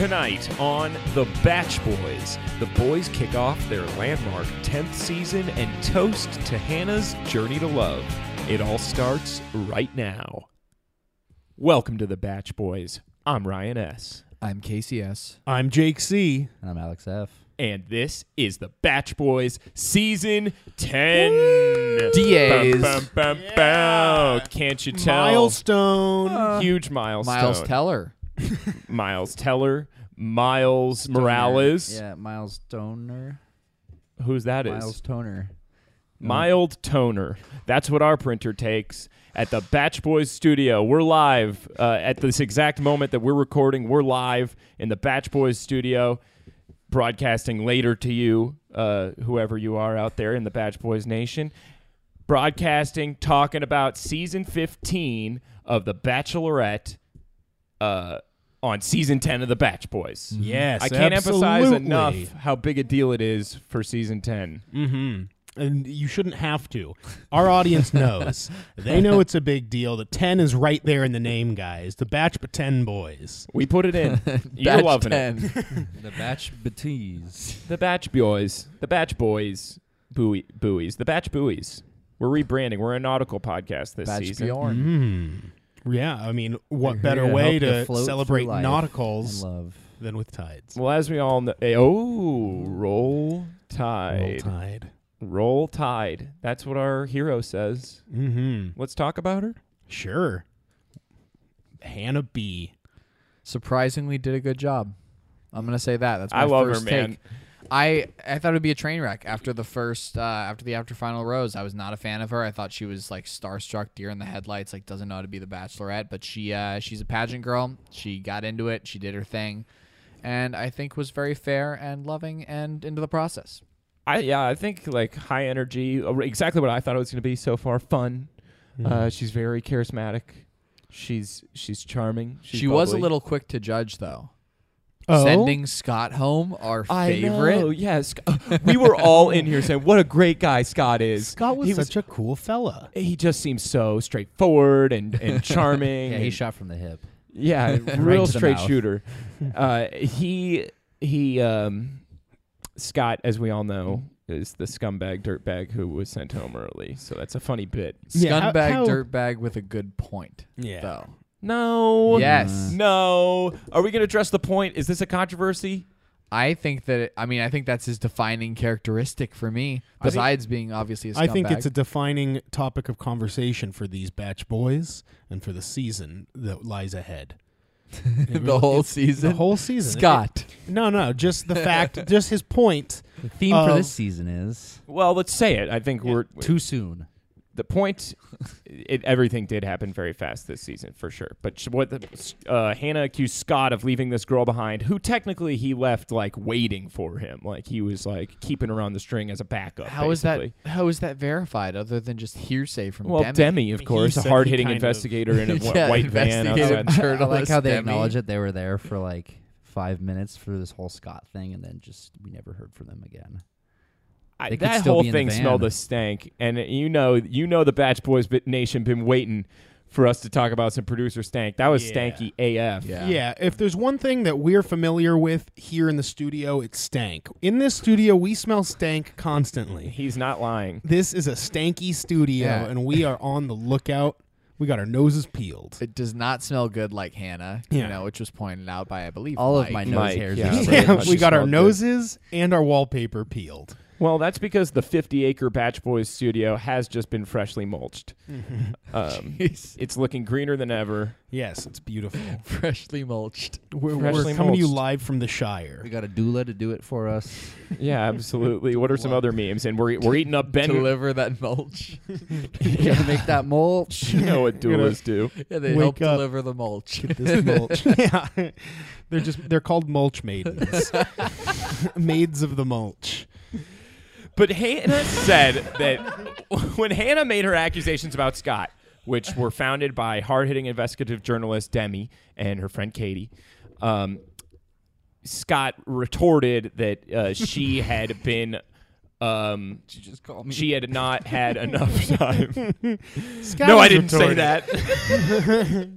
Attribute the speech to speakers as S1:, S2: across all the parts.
S1: Tonight on The Batch Boys, the boys kick off their landmark 10th season and toast to Hannah's journey to love. It all starts right now. Welcome to The Batch Boys. I'm Ryan S.,
S2: I'm KCS.
S3: I'm Jake C.
S2: And I'm Alex F.
S1: and this is The Batch Boys Season 10. Bum,
S2: DAs.
S1: bum, bum, bum. Can't you tell? Uh,
S3: Milestone.
S1: Huge milestone.
S2: Miles Teller.
S1: Miles Teller. Miles Morales.
S2: Yeah, Miles Toner.
S1: Who's that is?
S2: Miles Toner.
S1: Mild toner. That's what our printer takes at the Batch Boys studio. We're live uh, at this exact moment that we're recording. We're live in the Batch Boys studio, broadcasting later to you, uh, whoever you are out there in the Batch Boys Nation. Broadcasting, talking about season 15 of The Bachelorette uh, on season 10 of The Batch Boys.
S3: Yes,
S1: I can't emphasize
S3: absolutely.
S1: enough how big a deal it is for season 10.
S3: Mm-hmm. And you shouldn't have to. Our audience knows. They know it's a big deal. The 10 is right there in the name, guys. The Batch but 10 boys.
S1: We put it in. You're loving it.
S2: the Batch Batise.
S1: The Batch Boys. The Batch Boys. Buoy, buoys. The Batch Buoys. We're rebranding. We're a nautical podcast this
S2: Batch
S1: season.
S2: Bjorn.
S3: Mm. Yeah, I mean, what
S2: You're
S3: better
S2: here to
S3: way
S2: help you
S3: to
S2: float through
S3: celebrate
S2: life
S3: nauticals
S2: And love.
S3: than with tides?
S1: Well, as we all know, oh, roll
S3: Roll
S1: tide.
S3: tide.
S1: Roll tide. That's what our hero says.
S3: Mm-hmm.
S1: Let's talk about her.
S3: Sure. Hannah B.
S2: Surprisingly, did a good job. I'm gonna say that. That's my
S1: I love her,
S2: first
S1: man.
S2: take. I I thought it would be a train wreck after the first uh, after the after final rose. I was not a fan of her. I thought she was like starstruck, deer in the headlights, like doesn't know how to be the Bachelorette. But she uh, she's a pageant girl. She got into it. She did her thing, and I think was very fair and loving and into the process.
S1: I yeah, I think like high energy, uh, exactly what I thought it was going to be so far. Fun.
S2: Mm-hmm.
S1: Uh, she's very charismatic. She's she's charming. She's
S2: she was a
S1: bubbly.
S2: little quick to judge though.
S3: Oh?
S2: Sending Scott home, our favorite.
S1: know, yes. we were all in here saying what a great guy Scott is.
S3: Scott was
S1: He
S3: such a cool fella.
S1: he just seems so straightforward and, and charming.
S4: Yeah, he
S1: and-
S4: shot from the hip.
S1: yeah,
S4: Right
S1: real
S4: to the
S1: straight
S4: mouth.
S1: shooter. Uh, he he um, Scott, as we all know, is the scumbag dirtbag who was sent home early. So that's a funny bit.
S3: Yeah, how-
S2: Scumbag,
S3: how-
S2: dirtbag with a good point.
S3: Yeah.
S2: Though.
S1: No.
S2: Yes.
S1: No. Are we gonna address the point? Is this a controversy?
S2: I think that it, I mean I think that's his defining characteristic for me.
S3: think-
S2: Besides being obviously a scumbag,
S3: I think it's a defining topic of conversation for these batch boys and for the season that lies ahead. It
S2: the
S3: really-
S2: whole
S3: it's
S2: season.
S3: the whole season.
S2: Scott.
S3: It- no, no, just the fact, just his point.
S4: The theme
S3: Um,
S4: for this season is
S1: Well, let's say it. I think we're
S4: too soon.
S1: the point it, everything did happen very fast this season for sure but sh- what the, uh, hannah accused scott of leaving this girl behind who technically he left like waiting for him like he was like keeping her on the string as a backup
S2: How is
S1: basically.
S2: that? How is that verified? Other than just hearsay from
S1: well
S2: Demi?
S1: demi, of
S3: He
S1: course a
S3: said he
S1: hard-hitting
S3: kind of-
S1: investigator in a wh-
S2: Yeah,
S1: white van
S2: investigative
S1: outside.
S4: I
S2: journalist.
S4: like how they
S2: Demi.
S4: acknowledge that they were there for like five minutes for this whole Scott thing, and then just we never heard from them again.
S1: I-
S4: They could
S1: that
S4: still
S1: whole
S4: be in the
S1: thing
S4: van.
S1: smelled a stank, and you know, you know, the Batch Boys bit- Nation been waiting for us to talk about some producer stank. That was
S3: Yeah.
S1: stanky AF.
S2: Yeah.
S3: Yeah. if there's one thing that we're familiar with here in the studio, it's stank. In this studio, we smell stank constantly.
S1: He's not lying.
S3: This is a stanky studio,
S2: Yeah.
S3: and we are on the lookout. We got our noses peeled.
S2: It does not smell good like Hannah, you
S3: Yeah.
S2: know, which was pointed out by I believe
S4: All
S2: Mike.
S4: of my nose
S1: Mike,
S4: hairs.
S1: yeah.
S4: are
S1: It-
S4: red.
S3: yeah,
S1: much
S3: we got our
S1: smelled good.
S3: noses and our wallpaper peeled.
S1: Well, that's because the 50 acre Batch Boys studio has just been freshly mulched. Um,
S2: He's
S1: it's looking greener than ever.
S3: Yes, it's beautiful.
S2: freshly mulched.
S3: We're, we're
S1: Freshly
S3: coming to you
S1: mulched.
S3: live from the Shire.
S4: We got a doula to do it for us.
S1: Yeah, absolutely. What are some other memes? And we're, we're eating up Ben.
S2: Deliver that mulch.
S4: You gotta make that mulch.
S1: You know what doulas do.
S2: Yeah, they
S3: Wake
S2: help
S3: up.
S2: deliver the mulch.
S3: This mulch. yeah. They're just they're called mulch maidens. Maids of the mulch.
S1: But Hannah said that when Hannah made her accusations about Scott, which were founded by hard hitting investigative journalist Demi and her friend Katie, um, Scott retorted that uh, she had been. Um,
S4: She just called me.
S1: she had not had enough time.
S3: Scott
S1: no,
S3: is
S1: I didn't say that.
S3: retarded.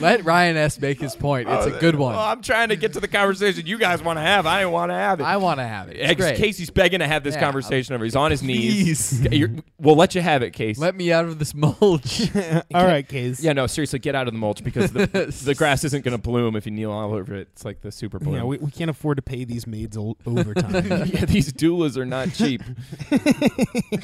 S2: Let Ryan S. make his point. It's
S1: Oh,
S2: a good
S1: Well,
S2: one.
S1: I'm trying to get to the conversation you guys want to have. I didn't want to have it.
S2: I want to have it. It's
S1: Ex-
S2: great.
S1: Casey's begging to have this
S2: Yeah.
S1: conversation over. He's on his knees. You're- we'll let you have it, Casey.
S2: Let me out of this mulch.
S3: All right, Case.
S1: yeah, no, seriously, get out of the mulch because the, the grass isn't going to bloom if you kneel all over it. It's like the super bloom.
S3: Yeah, we, we can't afford to pay these maids o- overtime.
S1: yeah, these doulas are not cheap.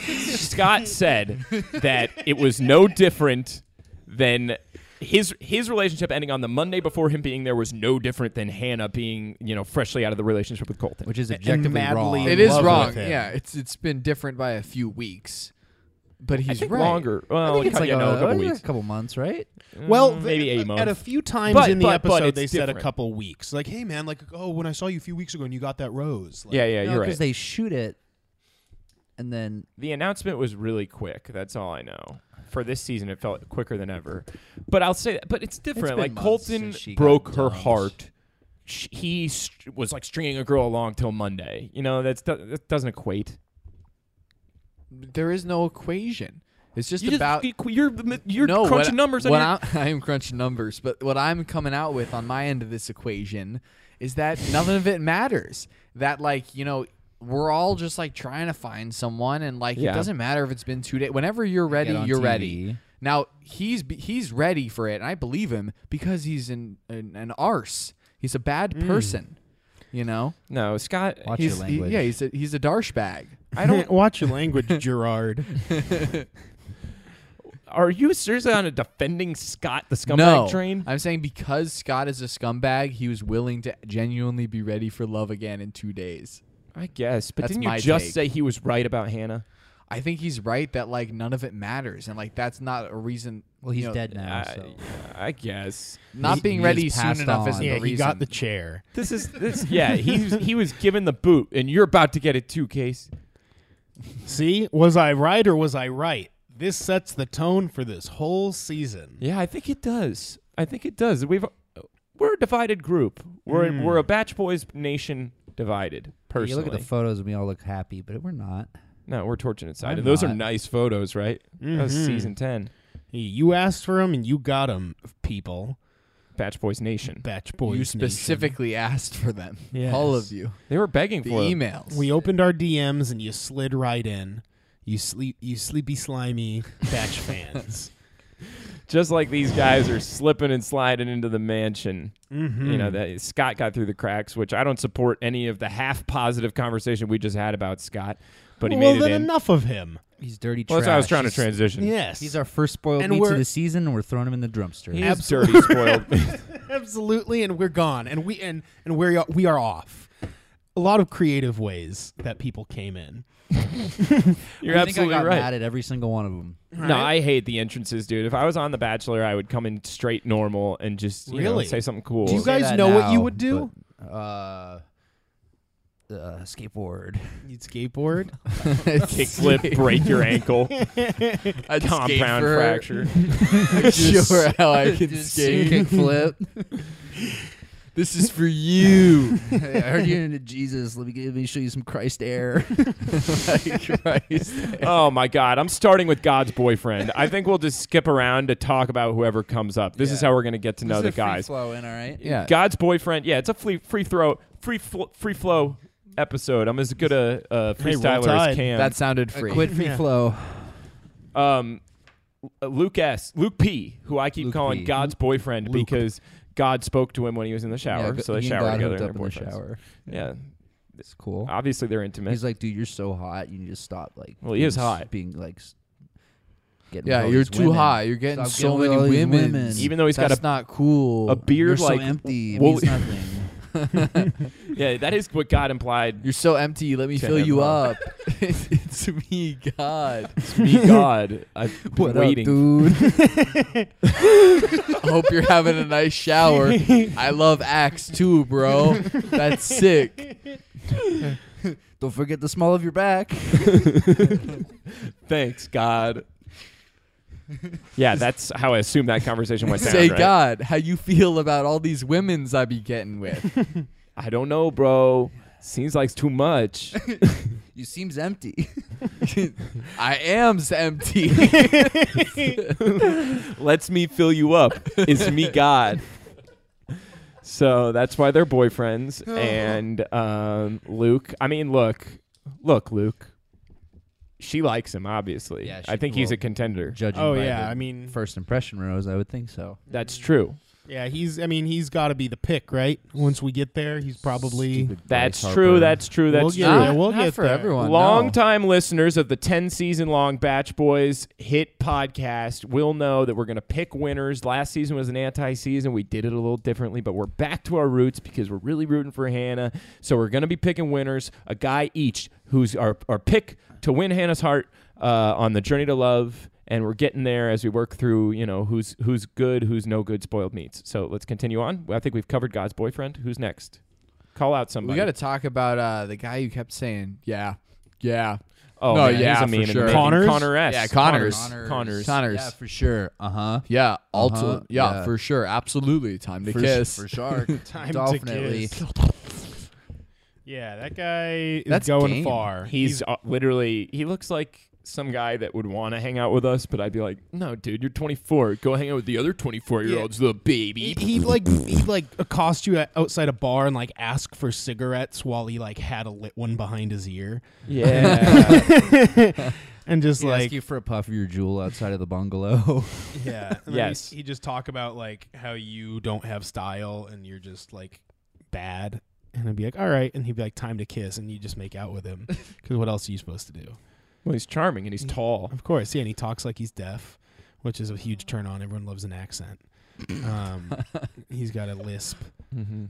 S1: Scott said that it was no different than his his relationship ending on the Monday before him being there was no different than Hannah being you know freshly out of the relationship with Colton.
S4: which is
S3: And
S4: objectively
S3: madly
S4: wrong.
S3: in
S2: it is
S3: love
S2: wrong.
S3: with him.
S2: Yeah, it's it's been different by a few weeks, but he's
S1: I think
S2: right.
S1: longer.
S4: I
S1: Well,
S4: think it's like
S1: yeah, no,
S4: Oh, a,
S1: a couple
S4: what is it,
S1: weeks.
S4: a couple months, right?
S3: well,
S1: Mm,
S3: th-
S1: maybe eight
S3: At a
S1: months.
S3: few times
S1: But-
S3: in the
S1: but- but
S3: episode,
S1: it's
S3: they said a
S1: different.
S3: couple weeks. Like, hey man, like oh, when I saw you a few weeks ago and you got that rose. Like,
S1: Yeah, yeah, you're right.
S4: Because they shoot it, and then
S1: the announcement was really quick. That's all I know. For this season, it felt quicker than ever. But I'll say, but it's different.
S4: been
S1: like
S4: months
S1: Colton
S4: since she got
S1: broke her
S4: dumped.
S1: heart. Sh he st- was like stringing a girl along till Monday. You know, that's that doesn't equate.
S2: There is no equation. It's just
S1: you
S2: about
S1: you're you're
S2: no, what
S1: crunching
S2: I-
S1: numbers.
S2: What I'm, I'm crunching numbers, but what I'm coming out with on my end of this equation is that nothing of it matters. That like you know we're all just like trying to find someone, and like
S1: Yeah.
S2: it doesn't matter if it's been two days. Whenever you're ready,
S4: on
S2: you're
S4: TV.
S2: ready. Now he's be- he's ready for it, and I believe him because he's an an, an arse. He's a bad
S1: Mm.
S2: person, you know.
S1: no, Scott.
S4: Watch
S2: He's
S4: your
S2: he-
S4: language.
S2: yeah, he's a he's a darsh bag.
S1: I don't.
S3: watch your language, Gerard.
S1: Are you seriously on a defending Scott the scumbag
S2: no,
S1: train?
S2: I'm saying because Scott is a scumbag, he was willing to genuinely be ready for love again in two days.
S1: I guess, but
S2: That's
S1: didn't you
S2: my
S1: just
S2: take.
S1: say he was right about Hannah?
S2: I think he's right that like none of it matters, and like that's not a reason.
S4: well, he's
S2: you know,
S4: dead now.
S1: I-
S4: so.
S1: I guess.
S2: Not
S4: He-
S2: being
S4: he's
S2: ready soon
S4: passed
S2: enough
S4: on.
S2: isn't
S3: yeah,
S2: the
S3: he
S2: reason.
S3: got the chair.
S1: This is this. Yeah, he was- he was given the boot, and you're about to get it too, Case.
S3: See, was I right or was I right? This sets the tone for this whole season.
S1: Yeah, I think it does. I think it does. We've we're a divided group. We're
S4: Hmm.
S1: we're a Batch Boys nation divided.
S4: you
S1: Personally,
S4: look at the photos, and we all look happy, but we're not.
S1: no, we're torching inside.
S4: I'm
S1: and those are
S4: not.
S1: nice photos, right? That was
S4: Mm-hmm.
S3: Mhm.
S1: season ten,
S3: You asked for him and you got him, people.
S1: Batch Boys Nation.
S3: Batch boys.
S2: you
S3: Nation.
S2: specifically asked for them, all of you.
S1: They were begging
S2: The
S1: for it.
S2: emails.
S3: We opened our DMs and you slid right in. You sleep, you sleepy slimy batch fans.
S1: just like these guys are slipping and sliding into the mansion.
S4: Mm-hmm.
S1: You know that Scott got through the cracks, which I don't support any of the half positive conversation we just had about Scott, but he
S3: well,
S1: made it
S3: then
S1: in.
S3: enough of him.
S4: He's dirty.
S1: Well, that's why I was
S4: trash.
S1: trying to
S4: He's-
S1: transition.
S3: Yes,
S4: He's our first spoiled
S3: And
S4: meat
S3: we're-
S4: of the season, and we're throwing him in the dumpster.
S1: He is
S3: Absolutely.
S1: dirty, spoiled.
S3: absolutely, and we're gone, and we and and we're we are off. A lot of creative ways that people came in.
S1: You're
S4: I
S1: absolutely
S4: think I got
S1: right.
S4: mad at every single one of them.
S1: No, I hate the entrances, dude. If I was on The Bachelor, I would come in straight normal and just you know,
S3: Really?
S1: say something cool.
S3: Do you
S4: Say
S3: guys
S4: that
S3: know what
S4: now,
S3: you would do?
S4: but, uh, uh, skateboard.
S3: You'd skateboard.
S1: Kickflip, break your ankle,
S2: I'd skate
S1: compound
S2: for-
S1: fracture.
S2: sure, how I can
S4: Just
S2: skate.
S4: kickflip.
S2: This is for you.
S4: Hey, I heard you into Jesus. Let me give, let me show you some Christ air.
S2: like, Christ.
S1: Oh my God! I'm starting with God's boyfriend. I think we'll just skip around to talk about whoever comes up. This is
S4: Yeah.
S1: how we're gonna get to know
S4: This
S1: the
S4: is a free
S1: guys.
S4: flow in, all right.
S2: Yeah.
S1: God's boyfriend. Yeah, it's a free free throw, free fl- free flow episode. I'm as good a, a
S3: Hey, roll
S1: freestyler as
S3: tide.
S1: can.
S2: That sounded
S4: A
S2: free.
S4: quid free
S3: Yeah.
S4: flow.
S1: um, Luke S. Luke P. Who I keep
S4: Luke
S1: calling
S4: P. Hmm?
S1: God's boyfriend
S3: Luke.
S1: because God spoke to him when he was in the shower,
S4: Yeah,
S1: so they
S4: he and
S1: shower
S4: God
S1: together.
S4: hooked
S1: and
S4: up
S1: they're
S4: in the
S1: boyfriends.
S4: shower.
S1: Yeah,
S4: It's cool.
S1: obviously they're intimate.
S4: He's like, dude, you're so hot. You need to stop. Like,
S1: Well, he
S4: being
S1: is
S4: s-
S1: hot.
S4: Being like, s- getting
S2: yeah,
S4: with all
S2: you're
S4: these
S2: too
S4: women.
S2: high. You're getting
S4: Stop
S2: so
S4: getting with all
S2: many
S4: these
S2: women.
S4: women.
S1: Even though he's got
S2: That's
S1: a
S2: not cool.
S1: a beard
S4: You're
S1: like
S4: so empty. It
S1: Well,
S4: means nothing.
S1: yeah, that is what God implied.
S2: You're so empty. Let me
S1: To
S2: fill
S1: him,
S2: you
S1: huh?
S2: up. it's me, God.
S1: It's me, God. I've been
S4: What up,
S1: waiting.
S4: dude?
S2: I hope you're having a nice shower. I love Axe too, bro. That's sick.
S4: Don't forget the small of your back.
S1: Thanks, God. yeah, that's how I assume that conversation went down.
S2: Say,
S1: right?
S2: God, how you feel about all these women's I be getting with?
S1: I don't know, bro. Seems like it's too much.
S4: You seems empty.
S2: I am empty.
S1: lets me fill you up is me God. So that's why they're boyfriends. And um, Luke, I mean, look, look, Luke. She likes him, obviously.
S4: Yeah,
S1: I
S4: she-
S1: think he's
S4: well-
S1: a contender.
S4: Judging
S3: Oh
S4: by
S3: yeah,
S4: the
S3: I mean,
S4: first impression rose, I would think so.
S1: That's true.
S3: yeah, he's. I mean, he's got to be the pick, right? Once we get there, he's probably.
S4: Stupid
S1: That's
S4: Bryce
S1: true.
S4: Harper.
S1: That's true.
S3: We'll
S1: That's
S3: get-
S1: true.
S3: Yeah, we'll
S2: not
S3: get
S2: for
S3: there.
S2: everyone.
S1: Long
S2: no.
S1: time listeners of the 10 season long Batch Boys hit podcast will know that we're going to pick winners. Last season was an anti season. We did it a little differently, but we're back to our roots because we're really rooting for Hannah. So we're going to be picking winners, a guy each who's our, our pick to win Hannah's heart uh, on the journey to love. And we're getting there as we work through, you know, who's who's good, who's no good, spoiled meats. So let's continue on. I think we've covered God's boyfriend. Who's next? Call out
S2: We
S1: somebody.
S2: got to talk about uh, the guy who kept saying, "Yeah, yeah,
S1: Oh,
S2: No,
S1: man, he's
S2: yeah,
S1: a meme
S2: for
S1: in the
S2: sure.
S1: making.
S3: Connors?
S1: Connor S.
S2: Yeah, Connors.
S1: Connors.
S4: Connors.
S2: Connors,
S4: Yeah, for sure. Uh huh.
S2: yeah, alto,
S4: Uh-huh,
S2: yeah,
S4: yeah.
S2: for sure, absolutely, time to
S4: for
S2: kiss."
S4: for shark.
S3: Time to
S4: Definitely.
S3: kiss. Yeah, that guy is
S2: That's
S3: going
S2: game.
S3: far.
S1: He's uh, literally, he looks like some guy that would want to hang out with us, but I'd be like, no, dude, you're 24. Go hang out with the other 24 year olds, the
S3: he,
S1: baby.
S3: he like he like accost you at, outside a bar and like ask for cigarettes while he like had a lit one behind his ear
S1: Yeah.
S3: and just
S4: He
S3: like
S4: asked you for a puff of your jewel outside of the bungalow.
S3: yeah and then
S1: Yes.
S3: he, he just talk about like how you don't have style and you're just like bad and I'd be like all right and he'd be like time to kiss and you just make out with him because what else are you supposed to do
S1: well, he's charming and he's tall.
S3: of course yeah and he talks like he's deaf which is a huge turn on everyone loves an accent um, he's got a lisp
S1: Mm-hmm.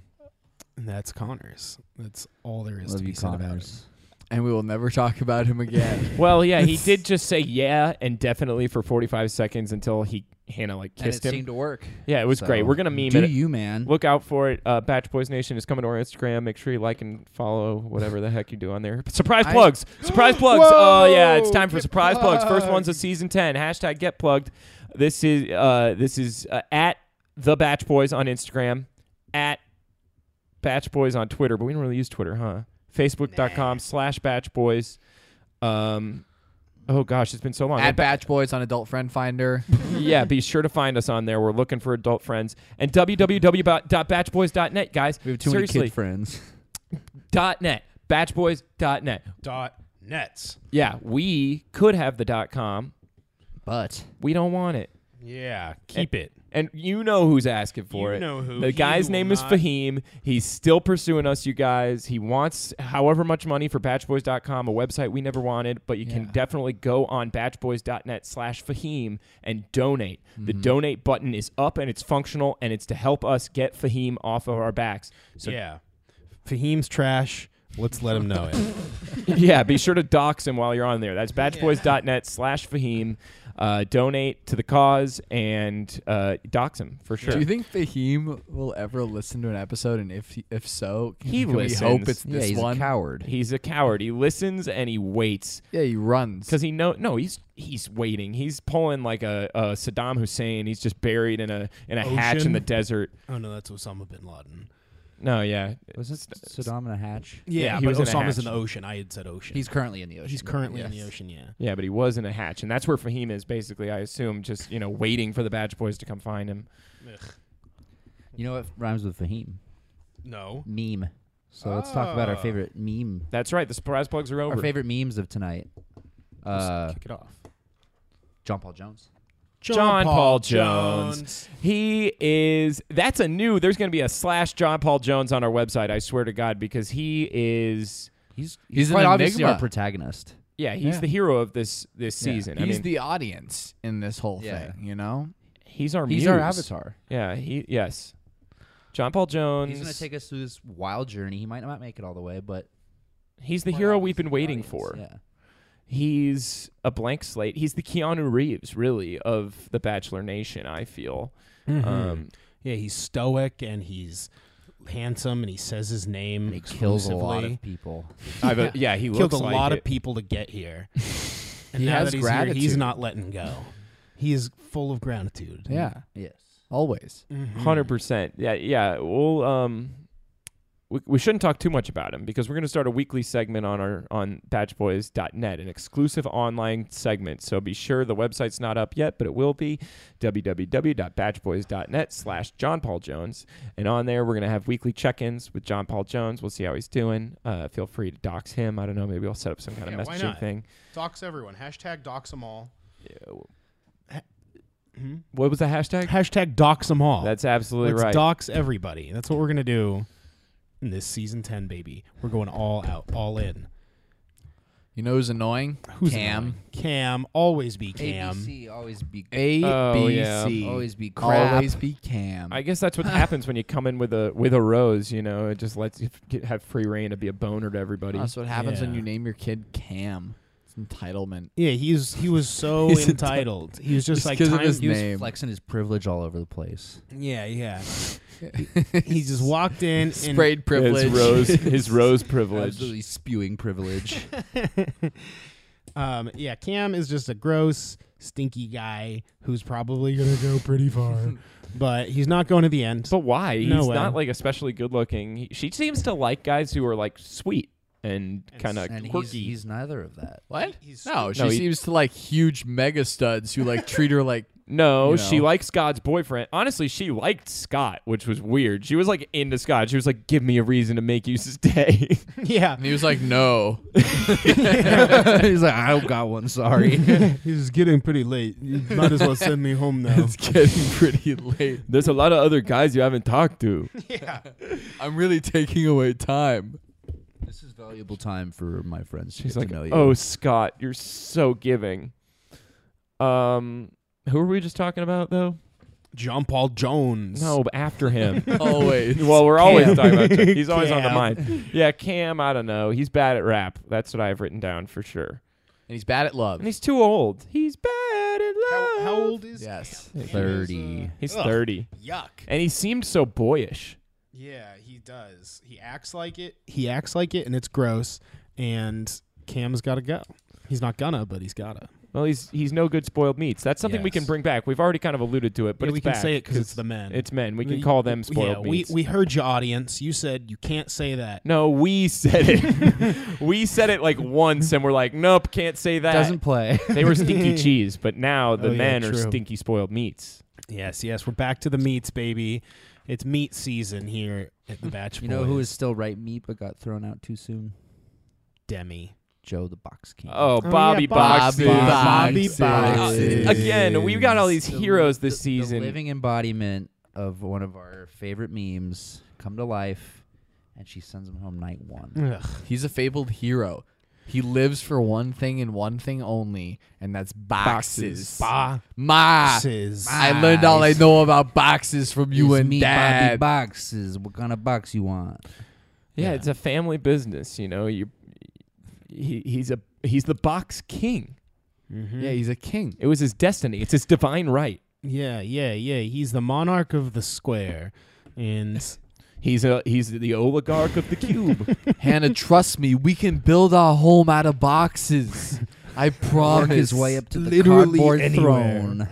S3: and that's Connors that's all there is
S4: Love
S3: to be
S4: you,
S3: said about him.
S4: Connors.
S2: and we will never talk about him again.
S1: Well, yeah, he did just say yeah and definitely for 45 seconds until he, Hannah, like kissed
S4: and it
S1: him.
S4: seemed to work.
S1: yeah, it was
S4: So,
S1: great. We're going to meme
S4: do
S1: it.
S4: you, man?
S1: Look out for it. Uh, Batch Boys Nation is coming to our Instagram. Make sure you like and follow whatever the heck you do on there. Surprise
S2: I-
S1: plugs. Surprise plugs.
S3: Whoa,
S1: Oh, yeah. It's time for
S3: get
S1: surprise plugs. First one's of
S3: plugged.
S1: season 10. Hashtag get plugged. This is, uh, this is uh, at the Batch Boys on Instagram, at Batch Boys on Twitter, but we don't really use Twitter, huh? Facebook.com slash Batch Boys. Um, oh, gosh, it's been so long.
S2: At Batch Boys on Adult Friend Finder.
S1: yeah, be sure to find us on there. We're looking for adult friends. And www.batchboys.net, guys.
S4: we have too
S1: Seriously,
S4: many kid friends.
S1: dot net batchboys.net
S3: dot nets
S1: yeah we could have the dot com
S4: But
S1: we don't want it
S3: Yeah, keep it.
S1: and you know who's asking for
S3: You
S1: it
S3: know who.
S1: the
S3: He
S1: guy's
S3: will
S1: name is
S3: not-
S1: fahim he's still pursuing us you guys he wants however much money for batchboys.com a website we never wanted but you can
S2: Yeah.
S1: definitely go on batchboys.net slash fahim and donate the
S2: Mm-hmm.
S1: donate button is up and it's functional and it's to help us get fahim off of our backs so
S3: yeah. Fahim's trash. Let's let him know it.
S1: yeah, be sure to dox him while you're on there. That's batchboys.net slash Fahim. Uh, donate to the cause and uh, dox him for sure.
S2: Do you think Fahim will ever listen to an episode? And if he, if so, can,
S1: He
S2: can we
S1: listens.
S2: hope it's
S4: yeah,
S2: this
S4: he's
S2: one.
S4: a coward.
S1: he's a coward. He listens and he waits
S2: Yeah, he runs.
S1: because he know no he's he's waiting. He's pulling like a, a Saddam Hussein. He's just buried in a in a hatch in
S3: Ocean?
S1: the desert.
S3: oh no, that's Osama bin Laden.
S1: No, yeah,
S4: Was this Saddam in a hatch?
S1: Yeah, he was in a
S3: Osama's in
S1: hatch.
S3: the ocean. I had said ocean.
S4: He's currently in the ocean.
S3: he's currently in
S2: Yes.
S3: the ocean. Yeah.
S1: yeah, but he was in a hatch, and that's where Fahim is basically. I assume just you know waiting for the Badge Boys to come find him.
S4: You know what rhymes with Fahim?
S3: No.
S4: Meme. So let's talk about our favorite meme.
S1: That's right. The surprise plugs are over.
S4: Our favorite memes of tonight. Uh,
S3: Kick it off.
S4: John Paul Jones.
S1: John Paul Jones. He is. That's a new. There's going to be a slash John Paul Jones on our website. I swear to God, because he is.
S4: He's he's,
S2: He's an
S4: quite obviously
S2: enigma.
S4: our protagonist.
S1: Yeah, he's
S2: Yeah.
S1: the hero of this this season. I
S2: he's
S1: mean,
S2: the audience in this whole
S4: Yeah.
S2: thing. You know,
S1: he's our
S4: He's
S1: muse.
S4: our avatar.
S1: Yeah. He yes. John Paul Jones.
S4: He's gonna take us through this wild journey. He might not make it all the way, but
S1: He's the
S4: we're
S1: hero
S4: always
S1: we've been
S4: the
S1: waiting
S4: audience,
S1: for.
S4: Yeah.
S1: He's a blank slate. He's the Keanu Reeves, really, of the Bachelor Nation. I feel.
S3: Hmm.
S1: Um,
S3: Yeah, he's stoic and he's handsome and he says his name.
S4: And he kills a lot
S3: exclusively.
S4: of people.
S1: I've, uh, yeah, he
S3: Killed
S1: looks
S3: a
S1: like
S3: lot
S1: it.
S3: of people to get here. And
S2: He
S3: now
S2: has
S3: that he's here, he's
S2: gratitude.
S3: not letting go. He is full of gratitude.
S2: yeah,
S4: Yes.
S2: always.
S3: Mhm.
S1: Hundred percent. Yeah, yeah. We'll um, we, we shouldn't talk too much about him because we're going to start a weekly segment on our on batchboys.net an exclusive online segment so be sure the website's not up yet but it will be www.batchboys.net slash john paul jones and on there we're going to have weekly check-ins with john paul jones we'll see how he's doing uh, feel free to dox him i don't know maybe we'll set up some kind
S3: Yeah,
S1: of
S3: why
S1: messaging
S3: not?
S1: thing
S3: Dox everyone. Hashtag dox them all.
S1: Hmm? what was the hashtag
S3: Hashtag dox them all.
S1: that's absolutely
S3: Hmm? Let's
S1: right
S3: dox everybody. That's what we're gonna do in this season ten, baby. We're going all out, all in.
S2: You know who's annoying?
S3: Who's
S2: Cam.
S3: annoying? Cam. Always be Cam.
S4: ABC always be
S2: A B C.
S1: Oh, yeah.
S4: always be crap.
S2: Always be Cam.
S1: I guess that's what happens when you come in with a with a rose. You know, it just lets you get, have free reign to be a boner to everybody.
S2: That's what happens when
S3: Yeah.
S2: you name your kid Cam. It's entitlement.
S3: Yeah, he's he was so
S2: He's
S3: entitled. He was just
S2: Just
S3: like
S2: 'cause of
S3: time-
S2: his
S4: He was
S2: Name.
S4: flexing his privilege all over the place.
S3: Yeah, yeah. He just walked in and
S2: Sprayed privilege.
S1: His rose, his rose privilege.
S4: Absolutely spewing privilege.
S3: Um, yeah, Cam is just a gross, stinky guy who's probably gonna go pretty far, but he's not going to the end.
S1: But why? He's
S3: No way.
S1: not like especially good looking. He, she seems to like guys who are like sweet and kind of
S4: and he's,
S1: quirky.
S4: he's neither of that.
S2: What?
S3: He's
S2: No, she
S1: No, he-
S2: seems to like huge mega studs who like treat her like
S1: no,
S2: you
S1: she
S2: know.
S1: likes Scott's boyfriend. Honestly, she liked Scott, which was weird. She was like into Scott. She was like, "Give me a reason to make you stay."
S3: yeah,
S2: and he was like, No.
S4: he's like, I got one. Sorry.
S3: he's getting pretty late. You might as well send me home now.
S2: It's getting pretty late.
S1: There's a lot of other guys you haven't talked to.
S3: yeah,
S2: I'm really taking away time.
S4: this is valuable time for my friends. to
S1: She's
S4: get
S1: like,
S4: to know you.
S1: "Oh, Scott, you're so giving." Um, who were we just talking about though?
S3: John Paul Jones.
S1: No, but after him.
S2: Always.
S1: well, we're always
S3: Cam.
S1: talking about. Chuck. He's always on the
S3: Cam.
S1: mind. Yeah, Cam. I don't know. He's bad at rap. That's what I've written down for sure.
S2: and he's bad at love.
S1: And he's too old. He's bad at love.
S3: How, how old is?
S2: Yes.
S3: Cam?
S4: Thirty.
S1: He's
S3: Ugh.
S1: thirty,
S3: Yuck.
S1: and he seemed so boyish.
S3: Yeah, he does. He acts like it. He acts like it, and it's gross. And Cam's got to go. He's not gonna, but he's gotta.
S1: Well, he's he's no good spoiled meats. That's something we can
S4: Yes.
S1: bring back. We've already kind of alluded to it, but
S3: Yeah,
S1: it's
S3: we can
S1: back
S3: say it because it's the men.
S1: it's men. We can call them spoiled
S3: yeah,
S1: meats.
S3: We we heard you, audience. You said you can't say that.
S1: no, we said it. we said it like once, and we're like, nope, can't say that.
S4: doesn't play.
S1: they were stinky cheese, but now the
S3: Oh, yeah,
S1: men are
S3: true.
S1: stinky spoiled meats.
S3: Yes, yes, we're back to the meats, baby. It's meat season here at the Batch.
S4: you know who
S3: Boys.
S4: is still right meat but got thrown out too soon?
S3: Demi?
S4: Joe the Box King.
S1: Oh, Bobby
S2: Bobby
S1: Boxes.
S2: Bobby
S3: Boxes.
S1: Uh, again, we've got all these
S4: The-
S1: heroes this
S4: the-
S1: season.
S4: The living embodiment of one of our favorite memes come to life, and she sends him home night one.
S3: Ugh.
S2: He's a fabled hero. He lives for one thing and one thing only, and that's boxes. Ma.
S3: Boxes.
S2: I learned all I know about boxes from you
S4: It's
S2: and
S4: me, Bobby
S2: Dad.
S4: Boxes. What kind of box you want?
S1: yeah,
S3: Yeah.
S1: it's a family business. You know, you he, he's a he's the box king.
S3: Mhm.
S2: yeah, he's a king.
S1: It was his destiny. It's his divine right.
S3: yeah, yeah, yeah. He's the monarch of the square, and
S1: He's a he's the oligarch of the cube.
S2: Hannah, trust me, we can build our home out of boxes. I promise.
S4: Work his way up to the
S2: Literally
S4: cardboard
S3: anywhere.
S4: throne.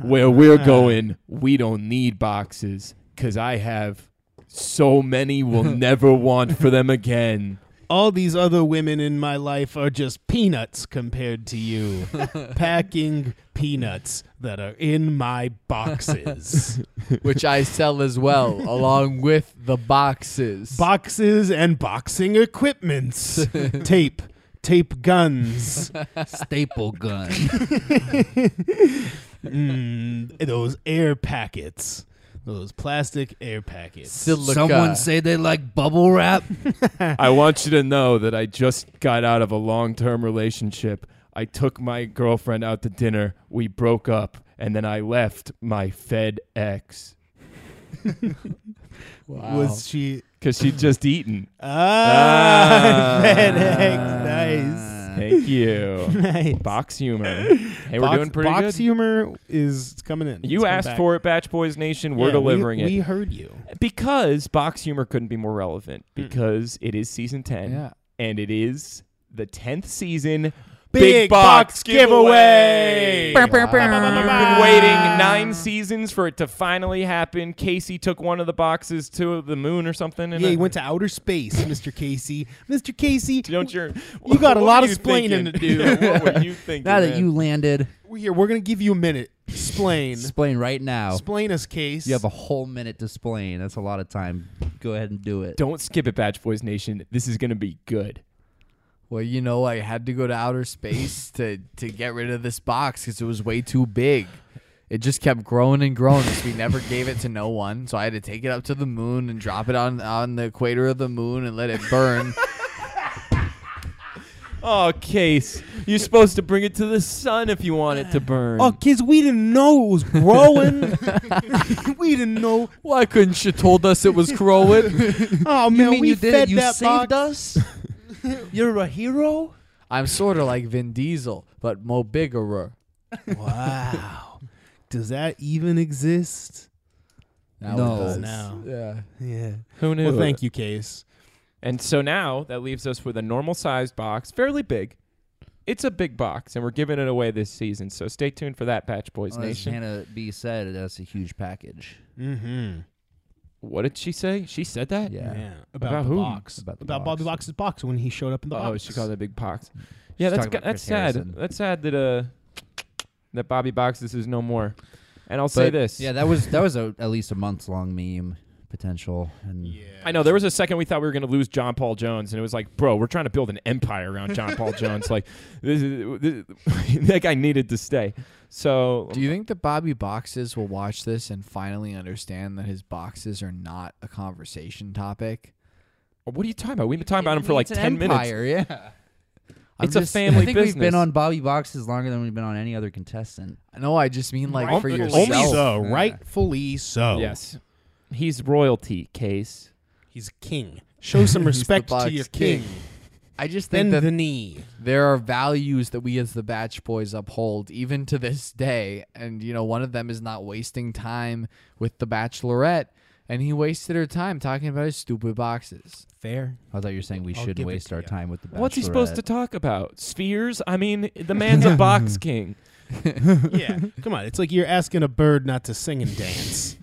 S1: Where
S3: Ah.
S1: we're going, we don't need boxes because I have so many we'll never want for them again.
S3: all these other women in my life are just peanuts compared to you, packing peanuts that are in my boxes,
S2: which I sell as well, along with the boxes.
S3: boxes and boxing equipments, tape, tape guns.
S4: Staple gun.
S3: Mm, those air packets. Those plastic air packets.
S2: Silica.
S4: Someone say they like bubble wrap.
S1: I want you to know that I just got out of a long term relationship. I took my girlfriend out to dinner. We broke up, and then I left my FedEx
S2: Wow.
S3: Was she
S1: because she'd just eaten.
S3: Ah,
S1: Ah.
S3: FedEx.
S1: Thank you.
S3: Nice. Nice.
S1: Box humor. Hey, we're
S3: box,
S1: doing pretty
S3: box
S1: good.
S3: humor is it's coming in.
S1: you asked for it, Batch Boys Nation. We're delivering
S3: We
S1: it.
S3: heard you.
S1: Because box humor couldn't be more relevant because it is season 10
S2: Yeah.
S1: and it is the 10th season Big box giveaway.
S2: Burr, burr, burr.
S1: You've been waiting nine seasons for it to finally happen. Casey took one of the boxes to the moon or something. And
S3: Yeah,
S1: it-
S3: he went to outer space, Mr. Casey. Mr. Casey,
S1: Don't you?
S3: You got a
S1: what
S3: lot
S1: were
S3: of
S1: you
S3: splaining
S1: thinking?
S3: to do.
S1: Yeah, what were you thinking?
S4: Now that
S1: man?
S4: you landed,
S3: we- here we're gonna give you a minute. Explain,
S4: explain right now.
S3: explain us, Case.
S4: You have a whole minute to explain. That's a lot of time. Go ahead and do it.
S1: don't skip it, Batch Boys Nation. This is gonna be good.
S2: Well, you know, I had to go to outer space to to get rid of this box because it was way too big. It just kept growing and growing because we never gave it to no one. So I had to take it up to the moon and drop it on on the equator of the moon and let it burn.
S1: Oh, Case, you're supposed to bring it to the sun if you want it to burn.
S3: oh, kids, we didn't know it was growing. we didn't know.
S2: Why couldn't you told us it was growing?
S3: Oh
S4: you
S3: man,
S4: mean
S3: we
S4: you did
S3: fed
S4: it? You
S3: that
S4: saved
S3: box.
S4: us. You're a hero.
S2: I'm sort of like Vin Diesel, but mo biggerer.
S3: Wow, does that even exist?
S2: Now it
S4: No.
S2: does.
S3: No.
S2: Yeah.
S3: Yeah.
S1: Who knew?
S3: Well, thank you, Case.
S1: And so now that leaves us with a normal sized box, fairly big. It's a big box, and we're giving it away this season. So stay tuned for that, Batch Boys
S4: Well, as
S1: Nation.
S4: Hannah B said, that's a huge package.
S3: Mm-hmm.
S1: What did she say? She said that?
S4: Yeah.
S3: About,
S1: About
S3: the
S1: who?
S3: box.
S4: About the
S3: about
S4: box.
S3: Bobby Box's box when he showed up in the
S1: Oh,
S3: box.
S1: she called it a big box. Yeah,
S4: She's
S1: that's
S4: talking
S1: go-
S4: about
S1: that's
S4: Chris
S1: sad.
S4: Harrison.
S1: That's sad that uh that Bobby Boxes is no more. And I'll say
S4: But,
S1: this.
S4: Yeah, that was that was a, at least a months long meme potential. And
S3: Yeah.
S1: I know there was a second we thought we were going to lose John Paul Jones, and it was like, bro, we're trying to build an empire around John Paul Jones. Like, this is this, that guy needed to stay. So
S2: Do you think that Bobby Boxes will watch this and finally understand that his boxes are not a conversation topic?
S1: what are you talking about? We've been talking about him for like
S4: It's an
S1: ten minutes.
S2: Empire, yeah. I'm
S1: It's a
S2: just-
S1: family
S4: I think
S1: business.
S4: we've been on Bobby Boxes longer than we've been on any other contestant.
S2: No, I just mean like for
S1: Only-
S2: yourself.
S1: only
S3: Only so,
S2: Yeah.
S3: rightfully so.
S1: Yes, he's royalty. Case.
S3: He's king. Show some respect to
S2: box
S3: your
S2: king.
S3: king.
S2: I just think
S3: Bend
S2: that
S3: the knee.
S2: there are values that we as the Batch Boys uphold even to this day, and you know one of them is not wasting time with the Bachelorette, and he wasted her time talking about his stupid boxes.
S3: Fair.
S4: I thought you were saying we
S3: I'll
S4: should
S3: give it
S4: waste
S3: to
S4: our
S3: you.
S4: time with the.
S1: What's he supposed to
S4: Bachelorette.
S1: talk about? Spheres? I mean, the man's a box king.
S3: yeah. Come on. It's like you're asking a bird not to sing and dance.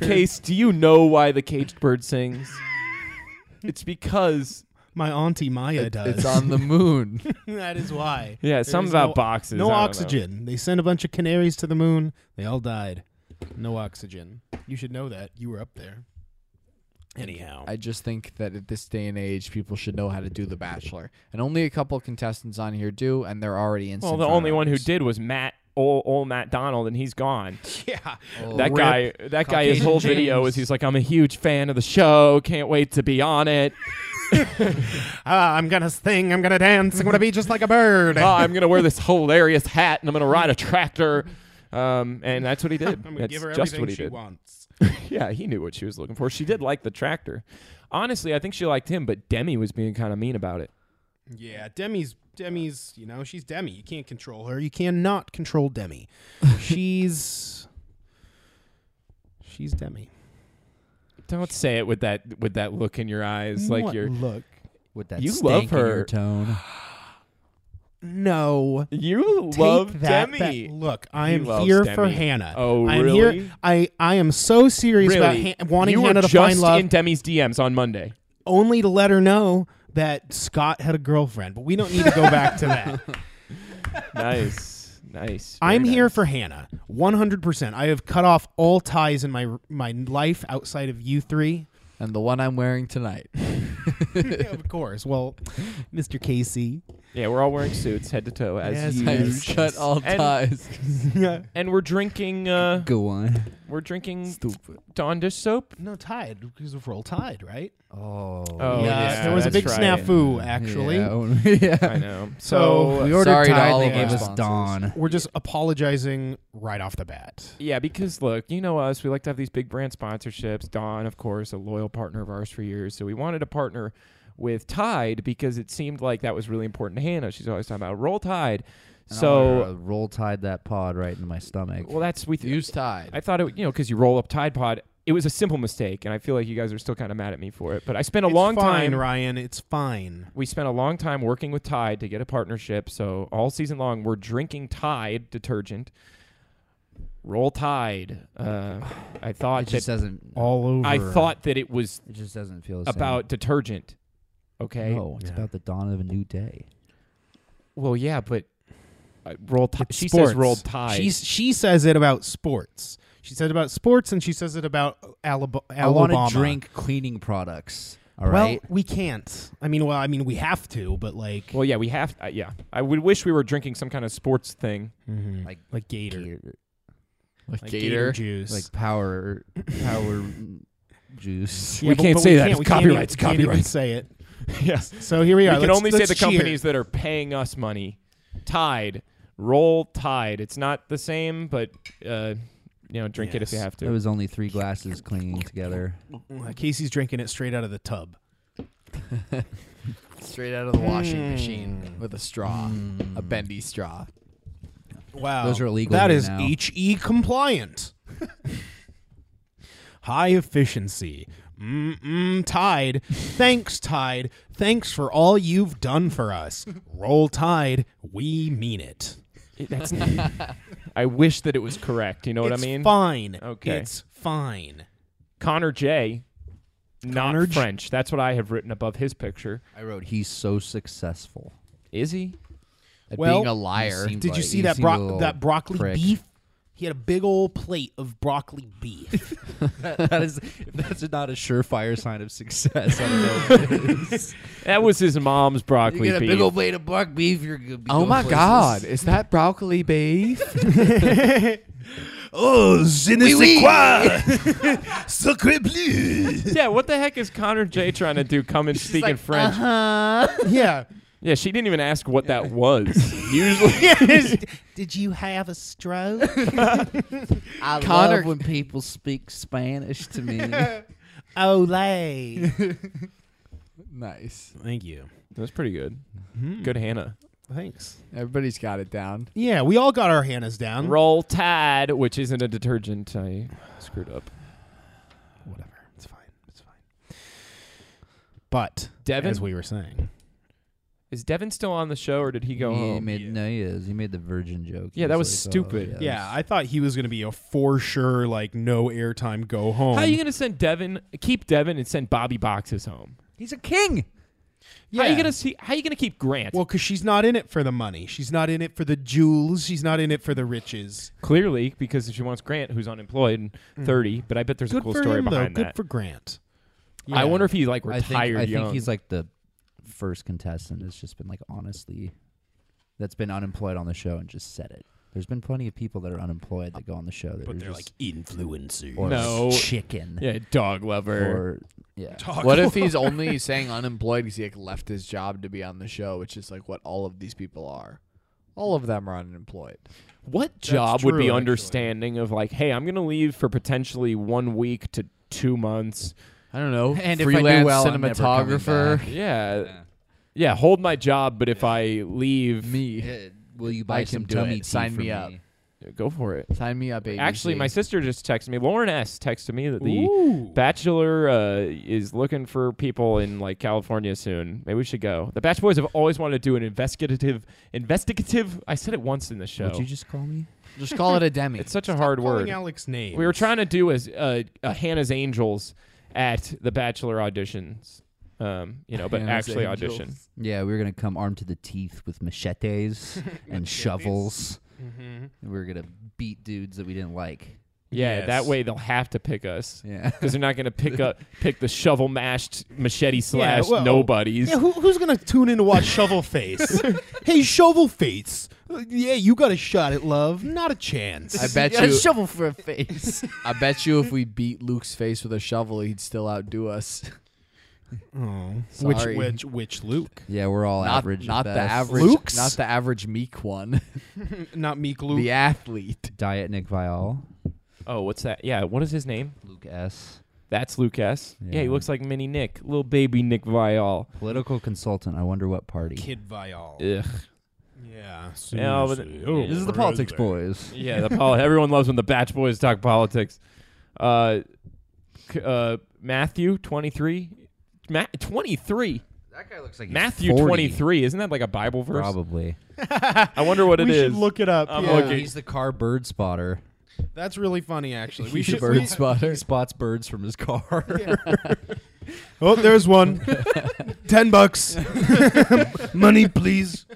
S1: Case, do you know why the caged bird sings? it's because
S3: My auntie Maya
S2: It-
S3: does.
S2: It's on the moon.
S3: that is why.
S1: yeah,
S3: There
S1: something
S3: is
S1: about
S3: no-
S1: boxes. I
S3: No
S1: don't know.
S3: oxygen. They sent a bunch of canaries to the moon. They all died. No oxygen. You should know that. You were up there. Anyhow.
S2: I just think that at this day and age, people should know how to do The Bachelor, and only a couple contestants on here do, and they're already in.
S1: Well, the only one who did was Matt, old, old Matt Donald, and he's gone.
S3: yeah.
S1: That
S2: Rip.
S1: guy, that guy, his
S4: Caucasian
S1: whole video
S4: James.
S1: is he's like, I'm a huge fan of the show, can't wait to be on it.
S3: Ah, I'm going to sing. I'm going to dance. I'm going to be just like a bird.
S1: Oh, I'm gonna wear this hilarious hat and I'm gonna ride a tractor. Um, and that's what he did.
S3: I'm going to
S1: that's
S3: give her
S1: just
S3: everything
S1: what he
S3: she
S1: did.
S3: wants.
S1: yeah, he knew what she was looking for. She did like the tractor. Honestly, I think she liked him, but Demi was being kind of mean about it.
S3: Yeah, Demi's Demi's, you know, she's Demi. You can't control her. You cannot control Demi. she's She's Demi.
S1: Don't say it with that with that look in your eyes, like
S3: What
S1: you're
S3: look.
S4: with that
S1: You
S4: stank
S1: love
S4: in
S1: her.
S4: your tone?
S3: No.
S1: you
S3: Take
S1: love
S3: that
S1: Demi.
S3: back. Look, I
S1: He
S3: am
S1: loves
S3: here for
S1: Demi.
S3: Hannah.
S1: Oh,
S3: I am
S1: really?
S3: here. I, I am so serious about
S1: Really,
S3: Han- wanting
S1: you
S3: Hannah
S1: were
S3: to
S1: just
S3: find love,
S1: in Demi's DMs on Monday.
S3: only to let her know that Scott had a girlfriend. But we don't need to go back to that.
S1: Nice, nice.
S3: I'm
S1: Very
S3: here
S1: nice.
S3: for Hannah, 100%. I have cut off all ties in my my life outside of you three.
S2: and the one I'm wearing tonight.
S3: Yeah, of course. Well, Mr. Casey.
S1: Yeah, we're all wearing suits, head to toe, as
S3: Yes,
S1: you.
S3: I
S2: I
S3: am.
S2: shut all
S1: And-
S2: ties.
S1: And we're drinking. Uh,
S4: Go on.
S1: we're drinking
S2: Stupid.
S1: Dawn dish soap.
S3: No, Tide, because of Roll Tide, right?
S4: Oh.
S1: Oh,
S3: Yeah,
S1: yeah,
S3: there was a
S1: that's
S3: big
S1: right.
S3: snafu, actually.
S4: Yeah, oh, yeah.
S1: I know.
S3: So,
S1: So
S4: We ordered
S2: Sorry to
S4: Tide.
S2: all
S4: They
S2: of our
S4: gave us
S2: sponsors.
S4: Dawn.
S3: We're just apologizing right off the bat.
S1: yeah, because look, you know us. We like to have these big brand sponsorships. Dawn, of course, a loyal partner of ours for years. So we wanted to partner with Tide because it seemed like that was really important to Hannah. She's always talking about roll Tide.
S4: And I
S1: So
S4: wanna roll tide that pod right into my stomach.
S1: well, that's we. Th-
S2: Use Tide.
S1: I thought it, you know, because you roll up Tide Pod it was a simple mistake, and I feel like you guys are still kind of mad at me for it. But I spent a
S3: It's
S1: long
S3: fine,
S1: time.
S3: Ryan. It's fine.
S1: We spent a long time working with Tide to get a partnership. So all season long, we're drinking Tide detergent. Roll Tide. Uh, I
S4: it
S1: thought
S4: just
S1: that
S4: doesn't.
S3: All over.
S1: I thought that it was
S4: It just doesn't feel the same.
S1: about detergent. Okay.
S4: No, it's
S3: Yeah.
S4: about the dawn of a new day.
S1: Well, yeah, but uh, roll. Ti-
S3: It's
S1: she
S3: sports.
S1: says roll Tide.
S3: She's, she says it about sports. She said about sports, and she says it about Alab- Alabama.
S4: I want to drink cleaning products. All
S3: well,
S4: right.
S3: we can't. I mean, well, I mean, we have to, but like,
S1: well, yeah, we have. Uh, yeah, I would wish we were drinking some kind of sports thing.
S3: Mhm.
S4: Like-
S3: like Gator,
S4: Gator-
S2: Like
S3: Like
S2: Gator.
S3: juice.
S4: Like power, power juice.
S1: We can't say that. It's
S3: we can't
S1: copyrights,
S3: even- can't even
S1: copyrights.
S3: say it.
S1: yes.
S3: So here we are.
S1: we can
S3: Let's-
S1: only say
S3: let's
S1: the
S3: cheer.
S1: companies that are paying us money. Tide, roll Tide. It's not the same, but uh, you know, drink it if you
S3: Yes.
S1: have
S4: It
S1: to.
S4: was only three glasses clinging together.
S3: Uh, Casey's drinking it straight out of the tub.
S2: Straight out of the washing
S3: Mm.
S2: machine with a straw, a bendy straw.
S3: Wow,
S4: Those are illegal
S3: That
S4: here
S3: is
S4: now.
S3: HE compliant. High efficiency. Mm-mm, Tide. Thanks, Tide. Thanks for all you've done for us. Roll Tide. We mean it.
S1: It- That's not, I wish that it was correct. You know what I
S3: It's
S1: mean?
S3: Fine.
S1: Okay.
S3: It's fine.
S1: Connor J, not
S3: Connor J-
S1: French. That's what I have written above his picture.
S4: I wrote, he's so successful.
S1: Is he?
S2: At
S3: Well,
S2: being a liar.
S4: seemed-
S3: Did you
S4: Like,
S3: see
S4: you
S3: that
S4: see the
S3: bro-
S4: little
S3: that broccoli
S4: prick.
S3: beef? He had a big old plate of broccoli beef.
S4: that is, if that's not a surefire sign of success, I don't know. what is.
S1: That was his mom's
S4: you
S1: broccoli
S4: get a
S1: beef.
S4: big old plate of buck beef, you're gonna be
S2: Oh
S4: going
S2: my
S4: places.
S2: God! Is that broccoli beef?
S3: oh, je ne
S4: Oui, oui.
S3: Sacre bleu.
S1: yeah, what the heck is Connor J trying to do? Come and speak in French.
S3: "Uh-huh." Yeah.
S1: Yeah, she didn't even ask what that was.
S3: Usually. Did you have a stroke?
S4: I
S2: Connor-
S4: love when people speak Spanish to me.
S3: Olay.
S2: nice.
S3: Thank you. Hmm.
S1: That's pretty good. Good Hannah.
S3: Thanks.
S2: Everybody's got it down.
S3: Yeah, we all got our Hannahs down.
S1: Roll Tide, which isn't a detergent. I screwed up.
S3: Whatever. It's fine. It's fine. But
S1: Devin?
S3: as we were saying,
S1: Is Devin still on the show, or did he go
S4: he
S1: home?
S4: made no, he is. He made the virgin joke. He
S1: Yeah, that was
S4: like, oh,
S1: stupid.
S4: yes.
S3: yeah, I thought he was going to be a for sure like no airtime go home.
S1: How are you gonna send Devin? Keep Devin and send Bobby Boxes home.
S4: he's a king.
S1: How are you gonna see? How are you gonna keep Grant?
S3: Well, because she's not in it for the money. She's not in it for the jewels. She's not in it for the riches.
S1: clearly, because she wants Grant, who's unemployed and thirty. But I bet there's a
S3: Mm. Good
S1: cool
S3: for
S1: story
S3: him,
S1: behind
S3: though.
S1: that.
S3: Good for Grant.
S1: I wonder if he like
S4: I
S1: retired
S4: think, I
S1: young.
S4: think he's like the first contestant that's just been like honestly that's been unemployed on the show and just said it. There's been plenty of people that are unemployed that go on the show that are just
S3: influencers.
S4: or
S1: No.
S4: chicken
S1: yeah, dog lover.
S4: or yeah.
S3: Oh,
S2: What if he's only saying unemployed because he like left his job to be on the show, which is like what all of these people are. All of them are unemployed.
S1: what job would
S3: true,
S1: be
S3: actually.
S1: understanding of like, hey, I'm gonna leave for potentially one week to two months.
S2: I don't know.
S4: And if I do
S2: freelance
S4: well, I'm never coming
S2: cinematographer.
S4: back.
S1: Yeah, yeah, hold my job, but if I leave,
S2: me.
S4: Will you buy
S2: I
S4: some
S2: can do
S4: tummy
S2: it.
S4: tea
S2: Sign
S4: for
S2: me up.
S1: go for it.
S2: Sign me up, ABC.
S1: Actually, my sister just texted me. Lauren S. texted me that the
S3: Ooh.
S1: Bachelor uh, is looking for people in like California soon. Maybe we should go. The Batch Boys have always wanted to do an investigative, investigative. I said it once in the show.
S4: Would you just call me?
S2: just call it a demi.
S1: It's such a hard
S3: calling
S1: word.
S3: Alex name.
S1: We were trying to do as uh, a Hannah's Angels at the Bachelor auditions. Um, you know, but
S2: Hannah's
S1: actually
S2: Angels.
S1: audition.
S4: Yeah, we were gonna come armed to the teeth with machetes and shovels.
S3: Mm-hmm.
S4: And we were gonna beat dudes that we didn't like.
S1: Yeah,
S3: Yes.
S1: that way they'll have to pick us.
S4: Yeah.
S1: Because they're not going to pick up pick the shovel mashed machete slash
S3: well-
S1: nobodies.
S3: Yeah, who, who's gonna tune in to watch Shovel Face? hey, Shovel Face. Uh, Yeah, you got a shot at love. Not a chance.
S2: I bet
S4: got a
S2: you.
S4: shovel for a face.
S2: I bet you if we beat Luke's face with a shovel, he'd still outdo us.
S3: Oh.
S2: Sorry.
S3: Which which which Luke?
S4: yeah, we're all
S2: not
S4: average. at
S2: not the
S4: best.
S2: average.
S3: Luke's?
S2: Not the average meek one.
S3: Not Meek Luke.
S2: the athlete.
S4: Diet Nick Vial.
S1: Oh, what's that? Yeah, what is his name?
S4: Luke S.
S1: That's Luke S. Yeah, he
S4: Yeah.
S1: looks like mini Nick, little baby Nick Vial.
S4: Political consultant. I wonder what party.
S3: Kid Vial.
S1: Ugh.
S3: Yeah.
S1: Yeah, but-
S3: seriously.
S1: Oh,
S4: This is the
S3: President.
S4: politics boys.
S1: Yeah, the poli- everyone loves when the Batch Boys talk politics. Uh, c- uh, Matthew 23. Ma- 23.
S4: That guy looks like
S1: Matthew 23. Isn't that like a Bible verse?
S4: Probably.
S1: I wonder what it
S3: we
S1: is.
S3: should look it up.
S1: I'm
S3: yeah.
S1: looking.
S4: He's the car bird spotter.
S3: That's really funny, actually. We
S4: He's a
S3: should.
S4: bird
S3: we-
S4: spotter. He spots birds from his car.
S3: oh, there's one. Ten bucks. Money, please.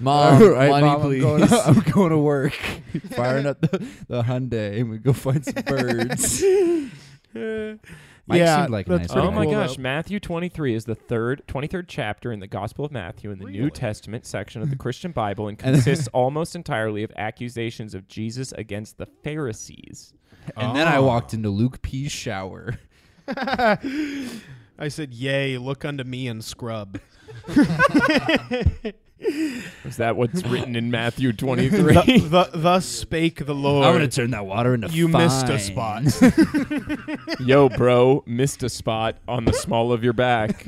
S4: Mom,
S2: All right,
S4: money,
S2: Mom, I'm
S4: please.
S2: going to-
S4: I'm going to work. Firing up the, the Hyundai, and we go find some birds. Mike
S3: yeah,
S4: seemed like a
S3: that's
S4: nice
S3: pretty
S1: Oh my
S3: cool,
S1: gosh,
S3: though.
S1: Matthew 23 is the third 23rd chapter in the Gospel of Matthew in the New Testament section of the Christian Bible and consists almost entirely of accusations of Jesus against the Pharisees.
S4: And then I walked into Luke P's shower.
S3: I said, "Yay! Look unto me and scrub."
S1: Is that what's written in Matthew
S3: Th-
S1: 23?
S3: th- thus spake the Lord.
S4: I'm gonna turn that water into
S3: you missed a
S4: fine.
S3: spot.
S1: Yo, bro, missed a spot on the small of your back.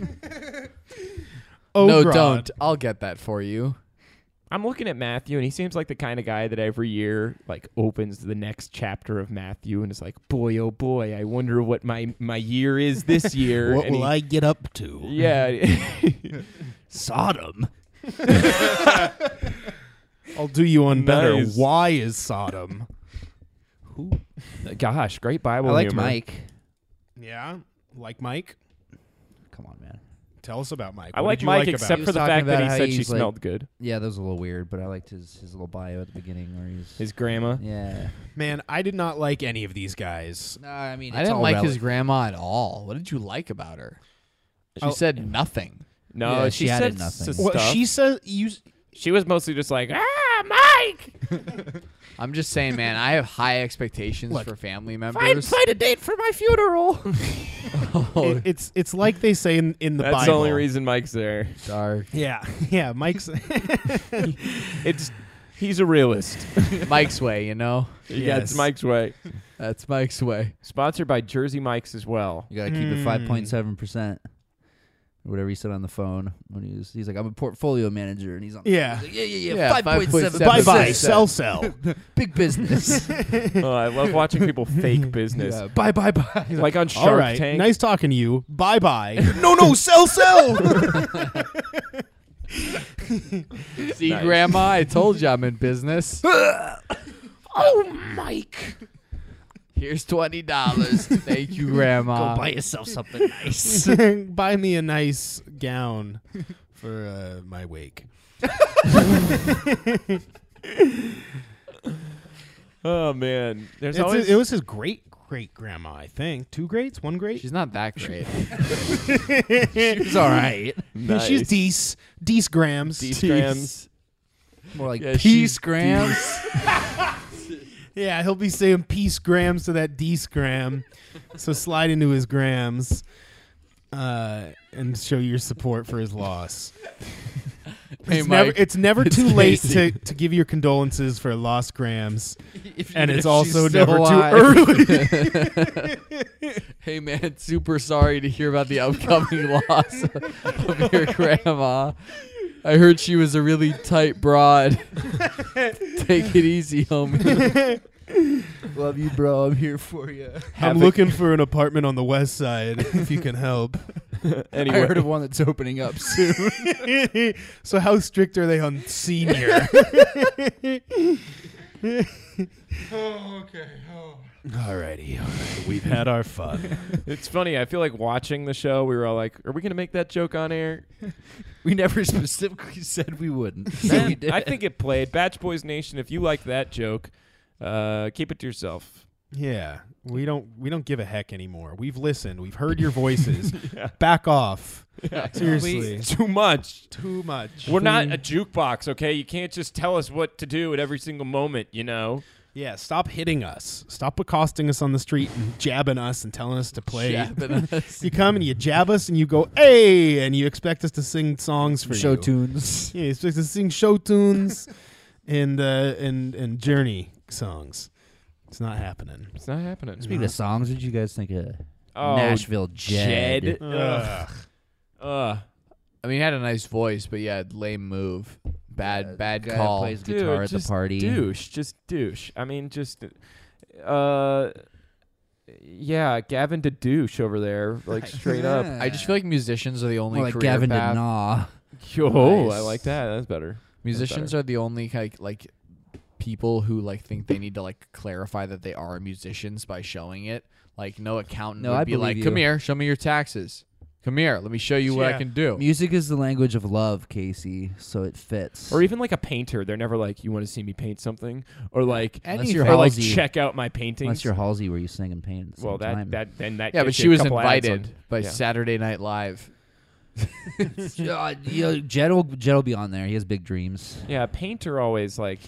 S3: oh,
S2: no,
S3: God.
S2: don't. I'll get that for you.
S1: I'm looking at Matthew, and he seems like the kind of guy that every year like opens the next chapter of Matthew and is like, "Boy, oh boy, I wonder what my my year is this year." And he-
S3: get up to?
S1: Yeah,
S4: Sodom.
S3: I'll do you one better.
S1: Nice.
S3: Why is Sodom?
S1: Uh, gosh, great Bible.
S4: I liked
S1: humor.
S4: Mike.
S3: Yeah, like Mike.
S4: Come on, man.
S3: Tell us about Mike.
S1: I
S3: What
S1: like
S3: did you
S1: Mike
S3: like
S1: except
S3: about
S1: for the
S4: He was
S1: fact
S4: talking
S1: that he
S4: about how
S1: said she
S4: he's, like-
S1: smelled good.
S4: Yeah, that was a little weird, but I liked his his little bio at the beginning where he's
S1: His grandma.
S4: yeah.
S3: it? man? I did not like any of these guys.
S4: No, I mean
S2: I didn't like his grandma at all. What did you like about her? She
S3: Oh.
S2: said nothing.
S1: No,
S4: Yeah,
S1: she,
S4: she
S1: said
S4: added
S1: nothing.
S4: nothing.
S1: Stuff.
S3: Well, she says you. s-
S1: she was mostly just like, ah, Mike,
S2: I'm just saying, man. I have high expectations for family
S1: find,
S2: members. Oh,
S1: find a date for my funeral.
S3: it- it's it's like they say in in the
S1: Oh. That's
S3: Bible.
S1: the only reason Mike's there.
S2: Dark.
S3: Yeah, yeah. Mike's
S1: It's he's a realist.
S2: Mike's way, you know.
S1: Yeah, it's
S3: Yes.
S1: Mike's way.
S2: That's Mike's way.
S1: Sponsored by Jersey Mike's as well.
S4: You gotta keep it five point seven percent. Or whatever he said on the phone when he was he's like, I'm a portfolio manager and he's on
S3: yeah.
S4: he's like, Yeah, yeah,
S2: Yeah,
S4: yeah, five point seven
S2: 5.7%.
S3: Bye bye.
S2: Episode.
S3: Sell sell.
S4: Big business.
S1: Oh, I love watching people fake business.
S4: Yeah.
S3: bye bye bye.
S1: Like on Shark
S3: All right.
S1: Tank.
S3: Nice talking to you. Bye bye. no no. Sell sell.
S2: See,
S1: Nice.
S2: Grandma, I told you I'm in business.
S3: oh Mike.
S2: Here's twenty dollars. Thank you,
S1: Uh,
S2: Grandma.
S4: yourself something nice.
S3: buy me a nice gown for uh, my wake.
S1: Oh man, there's
S3: It's
S1: always
S3: it was his great great grandma, I think. Two greats, one great.
S2: She's not that great.
S4: it's all right.
S1: nice.
S3: She's Dees. Dees Grams.
S1: Dees grams.
S4: More like
S1: Yeah, she's
S4: peace, Grams.
S3: Yeah, he'll be saying peace grams to that Dees Gram. so slide into his grams uh, and show your support for his loss.
S2: Hey,
S3: it's, never,
S2: Mike,
S3: it's never
S2: it's
S3: too late to,
S2: Casey.
S3: to give your condolences for lost grams.
S2: If-
S3: And
S2: if
S3: it's also
S2: she's still
S3: never
S2: alive.
S3: too early.
S2: Hey man, super sorry to hear about the upcoming loss of your grandma. I heard she was a really tight broad. Take it easy, homie.
S4: Love you, bro. I'm here for you.
S3: I'm
S1: Havoc.
S3: looking for an apartment on the west side if you can help.
S1: Anyway,
S4: I heard of one that's opening up soon.
S3: so how strict are they on senior? Oh, Alrighty, alright. We've had our fun.
S1: it's funny. I feel like watching the show. We were all like, "Are we gonna make that joke on air?"
S4: we never specifically said we wouldn't.
S1: Man, I think it played. Batch Boys Nation. If you like that joke, uh, keep it to yourself.
S3: Yeah. We don't we don't give a heck anymore. We've listened. We've heard your voices. Back off. Seriously.
S1: Too much.
S3: Too much.
S1: We're not a jukebox, okay? You can't just tell us what to do at every single moment, you know?
S3: Yeah, stop hitting us. Stop accosting us on the street and jabbing us and telling us to play.
S2: Jabbing us.
S3: You come and you jab us and you go, hey, and you expect us to sing songs for
S4: show
S3: you.
S4: tunes.
S3: Yeah, you expect us to sing show tunes and uh, and and journey songs. It's not happening.
S1: It's not happening.
S4: Speaking of songs, what did you guys think of
S1: Oh,
S4: Nashville Jed?
S1: Jed. Ugh.
S3: Ugh.
S1: Ugh.
S2: I mean, he had a nice voice, but yeah, lame move. Bad, bad
S4: guy that
S2: call.
S4: plays
S1: Dude,
S4: guitar at
S1: just
S4: the party.
S1: Douche. Just douche. I mean, just. Uh, yeah, Gavin DeDouche over there, like straight up.
S2: I just feel like musicians are the only
S4: More like
S2: career
S4: Gavin
S2: path.
S4: Denaw.
S1: Yo, I
S2: Nice.
S1: like that. That's better.
S2: Musicians are the only like like people who like think they need to like clarify that they are musicians by showing it. Like no accountant
S4: No,
S2: would
S4: I
S2: be like,
S4: believe
S2: "Come
S4: you.
S2: here, show me your taxes. Come here, let me show you what
S3: Yeah.
S2: I can do."
S4: Music is the language of love, Casey, so it fits.
S1: Or even like a painter, they're never like, "You want to see me paint something?" Or like,
S4: Unless you're
S1: or like,
S4: Halsey.
S1: check out my paintings.
S4: Unless you're Halsey where you sing and paint at the
S1: well,
S4: same
S1: that
S4: time.
S1: that then that
S2: yeah, but
S1: gets
S2: she
S1: you a
S2: was
S1: couple ads on-
S2: invited by
S1: yeah.
S2: Saturday Night Live.
S4: Uh, you know, Jed will Jed will be on there. He has big dreams.
S1: Yeah, a painter always like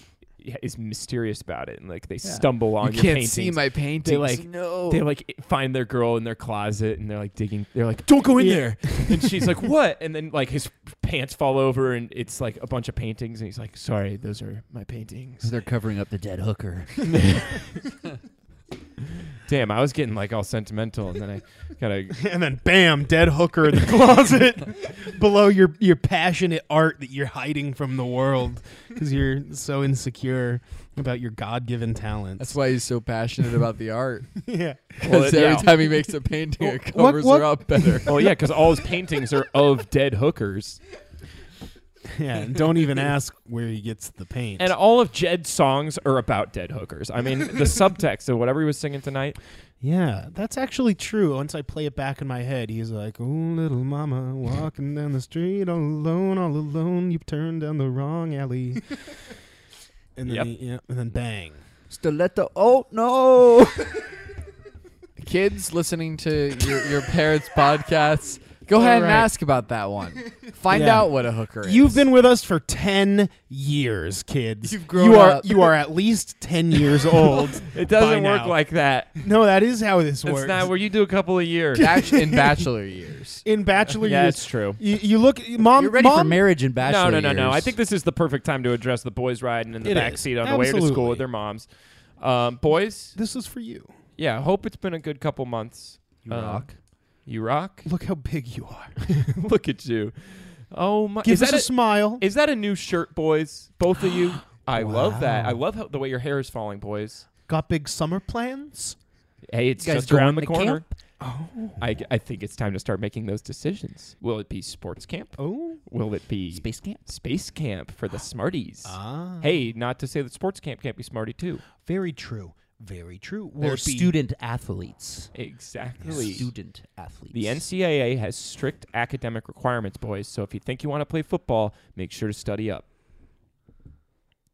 S1: is mysterious about it, and like they stumble on
S2: you
S1: your
S2: can't
S1: paintings.
S2: see my paintings.
S1: They like
S2: no.
S1: they like find their girl in their closet, and they're like digging. They're like, "Don't go in there!" and she's like, "What?" And then like his pants fall over, and it's like a bunch of paintings, and he's like, "Sorry, those are my paintings."
S4: They're covering up the dead hooker.
S1: Damn, I was getting like all sentimental, and then I gotta
S3: and then bam, dead hooker in the closet below your your passionate art that you're hiding from the world because you're so insecure about your God-given talents.
S2: That's why he's so passionate about the art.
S3: yeah.
S1: Well,
S2: Because
S1: it-
S2: every
S1: yeah.
S2: time he makes a painting, it
S3: What-
S2: covers
S3: what-
S2: her up better.
S1: Well, yeah, because all his paintings are of dead hookers,
S3: Yeah, and don't even ask where he gets the paint.
S1: and all of Jed's songs are about dead hookers. I mean, the subtext of whatever he was singing tonight.
S3: yeah, that's actually true. Once I play it back in my head, he's like, "Oh, little mama, walking down the street all alone, all alone. You've turned down the wrong alley." and then,
S1: Yep.
S3: he- yeah, and then bang.
S4: Stiletto. Oh no!
S2: Kids listening to your, your parents' podcasts, go
S3: All
S2: ahead and
S3: right.
S2: ask about that one. Find
S3: Yeah.
S2: out what a hooker is.
S3: You've been with us for ten years, kids.
S2: You've grown
S3: you are
S2: up.
S3: you are at least ten years old.
S1: It doesn't
S3: by
S1: work
S3: now.
S1: like that.
S3: No, that is how this
S1: It's
S3: works.
S1: not where you do a couple of years.
S2: Bach- in bachelor years.
S3: in bachelor
S1: yeah,
S3: years,
S1: it's true.
S3: you, you look, mom.
S4: You're ready for
S3: mom-
S4: marriage and
S1: No,
S4: bachelor.
S1: no, no, no.
S4: years.
S1: I think this is the perfect time to address the boys riding in the
S3: It
S1: back
S3: is.
S1: seat on the way to school
S3: Absolutely.
S1: with their moms. Um, boys,
S3: This is for you.
S1: yeah. I Hope it's been a good couple months.
S4: you
S1: Um,
S4: rock.
S1: You rock.
S3: Look how big you are.
S1: Look at you. Oh my!
S3: Give
S1: is
S3: us
S1: that
S3: a, smile.
S1: Is that a new shirt, boys? Both of you. I love that.
S4: Wow.
S1: I love how, the way your hair is falling, boys.
S3: Got big summer plans?
S1: Hey, it's
S4: You guys
S1: just around
S4: going
S1: the
S4: to
S1: corner.
S3: Oh,
S1: I, I think it's time to start making those decisions. Will it be sports camp?
S3: oh,
S1: Will it be
S4: Space camp.
S1: space camp for the smarties?
S3: ah.
S1: hey, not to say that sports camp can't be smarty too.
S3: very true. Very true. Will
S4: They're
S3: it be-
S4: student athletes.
S1: Exactly.
S4: Student athletes.
S1: The NCAA has strict academic requirements, boys. So if you think you want to play football, make sure to study up.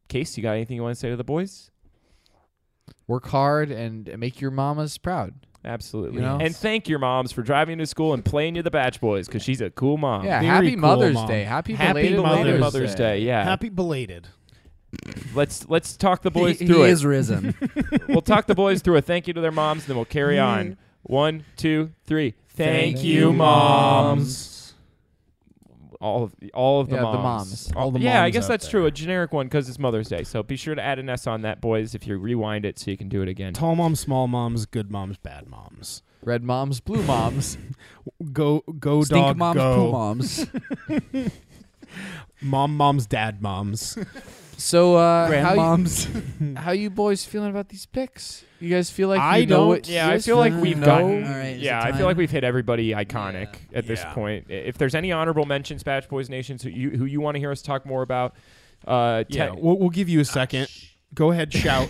S1: Case, you got anything you want to say to the boys?
S2: Work hard and make your mamas proud.
S1: Absolutely.
S2: You know?
S1: And thank your moms for driving to school and playing you the Batch Boys because she's a Um, cool mom.
S2: yeah,
S3: very
S2: happy
S3: cool,
S2: Mother's
S3: Mom.
S2: Day. Happy,
S3: Happy
S2: belated
S1: Mother's,
S3: Mother's
S1: Mother's Day. Yeah.
S3: Happy belated.
S1: Let's let's talk the boys
S4: he,
S1: through
S4: he
S1: it.
S4: is risen.
S1: we'll talk the boys through a thank you to their moms, and then we'll carry on. One, two, three. Thank, you, moms. all of the, all of the
S2: Yeah,
S1: moms.
S2: the moms.
S1: All
S2: All the
S1: yeah, I
S2: moms
S1: guess
S2: out
S1: that's true. A generic one because it's Mother's Day. So be sure to add an S on that, boys, if you rewind it so you can do it again.
S3: Tall moms, small moms, good moms, bad moms.
S2: Red moms, blue moms.
S3: Go, go,
S4: Stink
S3: dog,
S4: moms,
S3: go.
S4: poo moms.
S3: Mom, moms, dad, moms.
S2: So uh, how you,
S4: Grandmoms.
S2: how you boys feeling about these picks? You guys feel like
S3: I
S2: you know
S3: don't-
S2: what?
S1: Yeah, I
S2: this
S1: feel like
S2: one?
S1: we've
S2: No.
S1: gotten.
S4: All right, is
S1: yeah,
S4: it
S1: I feel
S4: time?
S1: like we've hit everybody iconic at this
S3: Yeah.
S1: point. I- If there's any honorable mentions, Batch Boys Nations, who you who you want to hear us talk more about, uh, te-
S3: yeah, we'll, we'll give you a second. Go ahead, shout.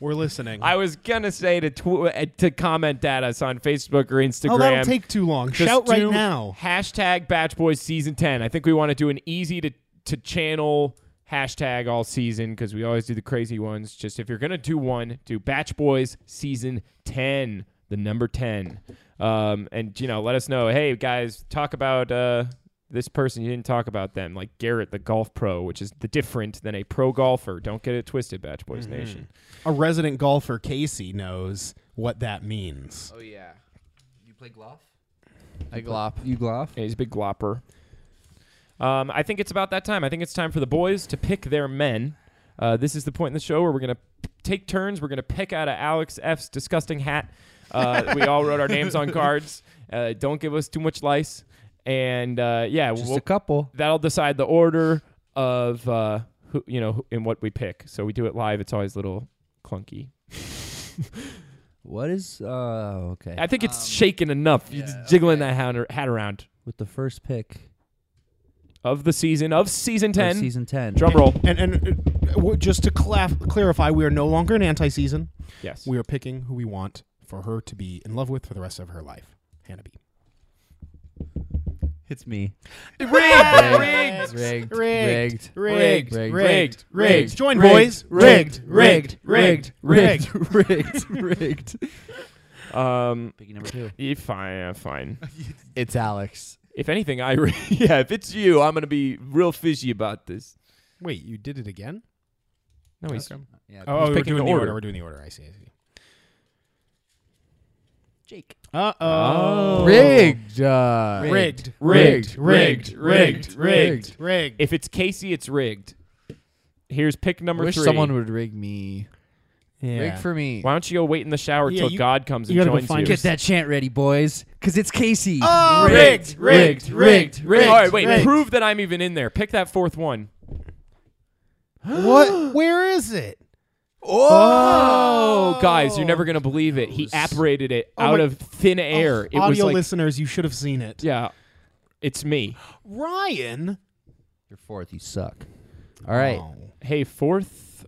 S3: We're listening.
S1: I was gonna say to tw- uh, to comment at us on Facebook or Instagram.
S3: oh, that'll take too long.
S1: Just
S3: shout right
S1: do
S3: now.
S1: Hashtag Batch Boys Season 10. I think we want to do an easy to, to channel hashtag all season because we always do the crazy ones. Just if you're going to do one, do Batch Boys Season 10, the number 10. Um, and, you know, let us know, hey, guys, talk about uh, this person. You didn't talk about them, like Garrett, the golf pro, which is the different than a pro golfer. Don't get it twisted, Batch Boys Nation.
S3: A resident golfer, Casey, knows what that means.
S2: Oh yeah. You play glop? I glop.
S4: You gloff.
S1: Yeah, he's a big glopper. Um, I think it's about that time. I think it's time for the boys to pick their men. Uh, this is the point in the show where we're going to take turns. We're going to pick out of Alex F's disgusting hat. Uh, we all wrote our names on cards. Uh, don't give us too much lice. And uh, yeah,
S4: Just
S1: we'll,
S4: a couple.
S1: that'll decide the order of uh, who you know who- and what we pick. So we do it live. It's always a little clunky.
S4: What is? Uh, okay.
S1: I think it's
S2: Um,
S1: shaken enough. You're
S2: yeah,
S1: jiggling
S2: okay.
S1: that hat, ar- hat around
S4: With the first pick
S1: of the season of season ten.
S4: of season ten.
S1: Drum roll.
S3: And and uh, w- just to claf- clarify, we are no longer an anti-season.
S1: Yes.
S3: We are picking who we want for her to be in love with for the rest of her life. Hannah B.
S4: It's me.
S2: Rigged. Rigged. Rigged.
S3: Rigged.
S2: Rigged.
S1: Rigged.
S3: Rigged. Join
S4: Rigged.
S3: boys.
S4: Rigged.
S3: Rigged.
S4: Rigged.
S3: Rigged.
S4: Rigged. Rigged.
S1: Um.
S4: Piggy number two.
S1: Yeah, fine. uh, fine.
S2: It's Alex.
S1: if anything, I re- yeah. If it's you, I'm gonna be real fishy about this.
S3: Wait, you did it again?
S1: No, he's
S4: Yeah.
S3: Oh,
S1: He's
S3: we're
S1: picking the
S3: doing the order.
S1: order.
S3: We're doing the order. I see. I see.
S4: Jake.
S3: Uh
S1: Oh.
S2: Rigged. Uh,
S3: Rigged.
S1: Rigged.
S3: Rigged.
S1: Rigged. Rigged.
S3: Rigged.
S1: If it's Casey, it's rigged. Here's pick number
S2: Wish
S1: three.
S2: someone would rig me.
S3: Yeah.
S2: Rig for me.
S1: Why don't you go wait in the shower
S3: Yeah,
S1: till
S3: you-
S1: God comes
S3: you
S1: and
S3: gotta go
S1: joins
S3: find
S1: you?
S4: Get that chant ready, boys, because it's Casey.
S3: Oh, rigged, rigged, rigged, rigged.
S1: All right, wait.
S3: rigged.
S1: Prove that I'm even in there. Pick that fourth one.
S3: what? Where is it?
S1: Oh, guys, you're never gonna believe it. He
S4: Gross.
S1: apparated it
S3: Oh
S1: out
S3: my-
S1: of thin air. it was
S3: Audio
S1: like,
S3: listeners, you should have seen it.
S1: yeah, it's me.
S3: Ryan.
S4: You're fourth. You suck. All right.
S3: Oh.
S1: Hey, fourth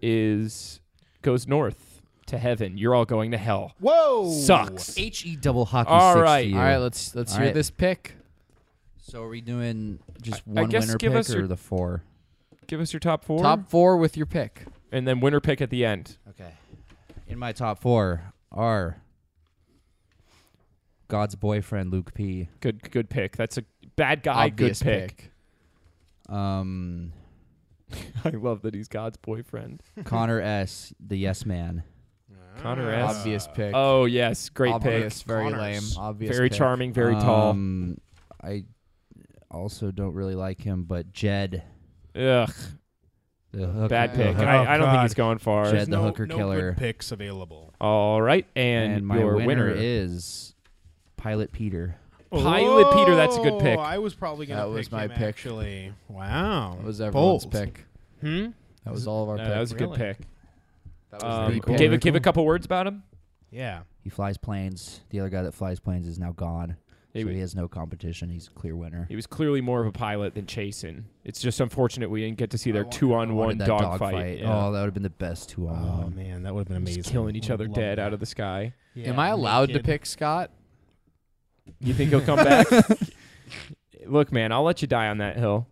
S1: is goes north to heaven. You're all going to hell.
S3: Whoa.
S1: Sucks.
S4: H E double hockey.
S1: All
S4: sticks to
S1: right.
S4: you.
S2: All right, let's let's
S4: All
S2: hear
S4: right.
S2: this pick.
S4: So are we doing just
S1: I- I
S4: one
S1: guess
S4: winner
S1: give
S4: pick
S1: us
S4: or
S1: your-
S4: the four?
S1: Give us your top four.
S2: Top four with your pick.
S1: and then winner pick at the end.
S4: Okay. In my top four are God's boyfriend Luke P.
S1: Good, good pick. That's a bad guy.
S2: Obvious
S1: good pick.
S4: Um,
S1: I love that he's God's boyfriend.
S4: Connor S. The Yes Man.
S1: Connor
S3: Ah.
S1: S.
S2: Obvious pick.
S1: Oh yes, great
S2: Obvious, very
S3: Connors.
S2: lame.
S1: pick.
S2: Obvious.
S1: Very
S2: pick.
S1: charming, very tall.
S4: Um, I also don't really like him, but Jed.
S1: Ugh,
S4: The hook,
S1: bad
S4: the
S1: pick.
S4: hook-
S1: I, I don't think
S3: God.
S1: he's going far.
S4: Jed. the hooker killer.
S3: picks available.
S1: All right, and,
S4: and, my
S1: your
S4: winner, is Pilot Peter.
S1: Pilot Peter, that's a good pick.
S3: I was probably gonna.
S2: That was
S3: pick
S2: my
S3: him,
S2: pick.
S3: Actually, wow.
S2: That was everyone's
S3: Bold.
S2: pick.
S3: Hmm.
S2: That was all of our
S1: No,
S2: picks.
S1: Uh, that was a good
S3: Really?
S1: pick.
S2: That was
S1: Um,
S2: the pick.
S1: give a, give a couple words about him.
S3: Yeah.
S4: He flies planes. The other guy that flies planes is now gone.
S1: He,
S4: so he
S1: w-
S4: has no competition. He's a clear winner.
S1: he was clearly more of a pilot than Chasen. It's just unfortunate we didn't get to see
S2: I
S1: their
S2: wanted-
S1: two on one
S4: Wanted that
S1: dog,
S4: dog
S1: fight.
S4: Oh, that would have been the best two
S2: Um,
S4: on
S3: Oh
S4: one.
S3: man, that would have been amazing.
S1: Just killing each other
S3: Love
S1: dead
S3: that.
S1: out of the sky.
S3: Yeah,
S2: Am I allowed to
S3: naked.
S2: pick Scott?
S1: You think he'll come back? Look, man, I'll let you die on that hill.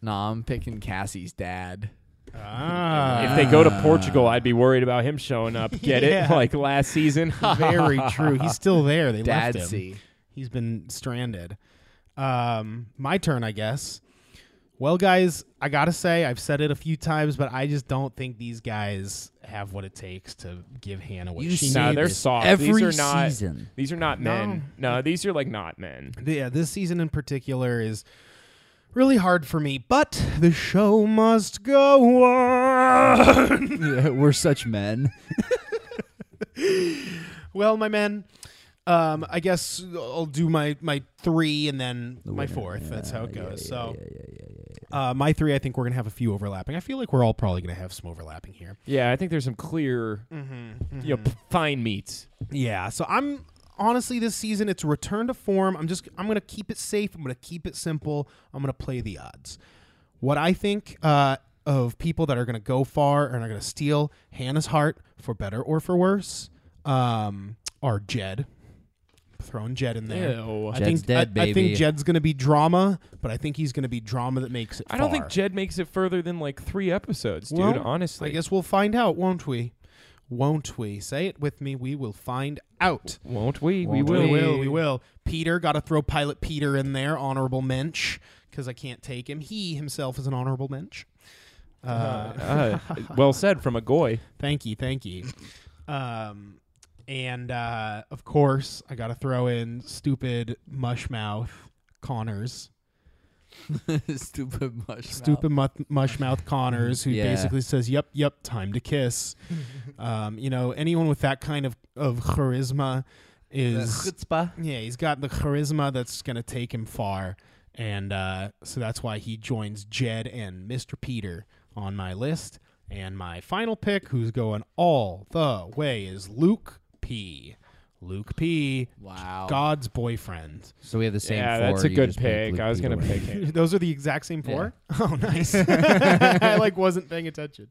S2: No, I'm picking Cassie's dad.
S3: Ah.
S1: if they go to Portugal, I'd be worried about him showing up. Get it?
S3: Yeah.
S1: Like last season.
S3: Very true. He's still there. They left him.
S2: Dadsy.
S3: He's been stranded. Um, my turn, I guess. Well, guys, I gotta say I've said it a few times, but I just don't think these guys have what it takes to give Hannah what
S4: You
S3: she
S4: see
S1: no,
S3: needs.
S1: they're
S4: this
S1: soft.
S4: every
S1: these are not.
S4: season.
S1: These are not
S3: No.
S1: men. No, these are like not men.
S3: The- yeah, this season in particular is really hard for me, but the show must go on.
S4: We're such men.
S3: well, my men, um, I guess I'll do my my three and then my fourth. That's how it goes. so. Uh, my three, I think we're gonna have a few overlapping. I feel like we're all probably gonna have some overlapping here.
S1: Yeah, I think there's some clear,
S3: Mm-hmm,
S1: you know, p- fine meats.
S3: Yeah, so I'm honestly this season it's a return to form. I'm just I'm gonna keep it safe. I'm gonna keep it simple. I'm gonna play the odds. What I think uh, of people that are gonna go far and are gonna steal Hannah's heart for better or for worse um, are Jed. Throwing Jed in there.
S1: Ew.
S3: I
S4: Jed's
S3: think
S4: dead,
S3: I, I
S4: baby.
S3: think Jed's gonna be drama, but I think he's gonna be drama that makes it.
S1: I don't
S3: far.
S1: think Jed makes it further than like three episodes, dude.
S3: Well,
S1: honestly,
S3: I guess we'll find out, won't we? Won't we? Say it with me. We will find out.
S1: won't we? we
S4: Won't
S1: will.
S3: We will. We will. Peter, got to throw Pilot Peter in there, honorable mensch, because I can't take him. He himself is an honorable mensch. Uh,
S4: Uh-huh.
S1: Uh, well said from a goy.
S3: thank you, thank you. Um, and uh, of course, I got to throw in stupid mushmouth Connors,
S2: Stupid mush.
S3: stupid mu- mushmouth Connors, who
S4: Yeah.
S3: basically says, "Yep, yep, time to kiss." um, you know, anyone with that kind of of charisma is Yeah, he's got the charisma that's going to take him far. And uh, so that's why he joins Jed and Mr. Peter on my list. And my final pick, who's going all the way, is Luke P. Luke P.
S2: Wow.
S3: God's boyfriend.
S4: So we have the same.
S1: yeah,
S4: four,
S1: that's a
S4: you
S1: good
S4: just picked
S1: pick.
S4: Luke
S1: I was gonna
S4: Peter.
S1: pick him.
S3: Those are the exact same four. Oh, nice. I like wasn't paying attention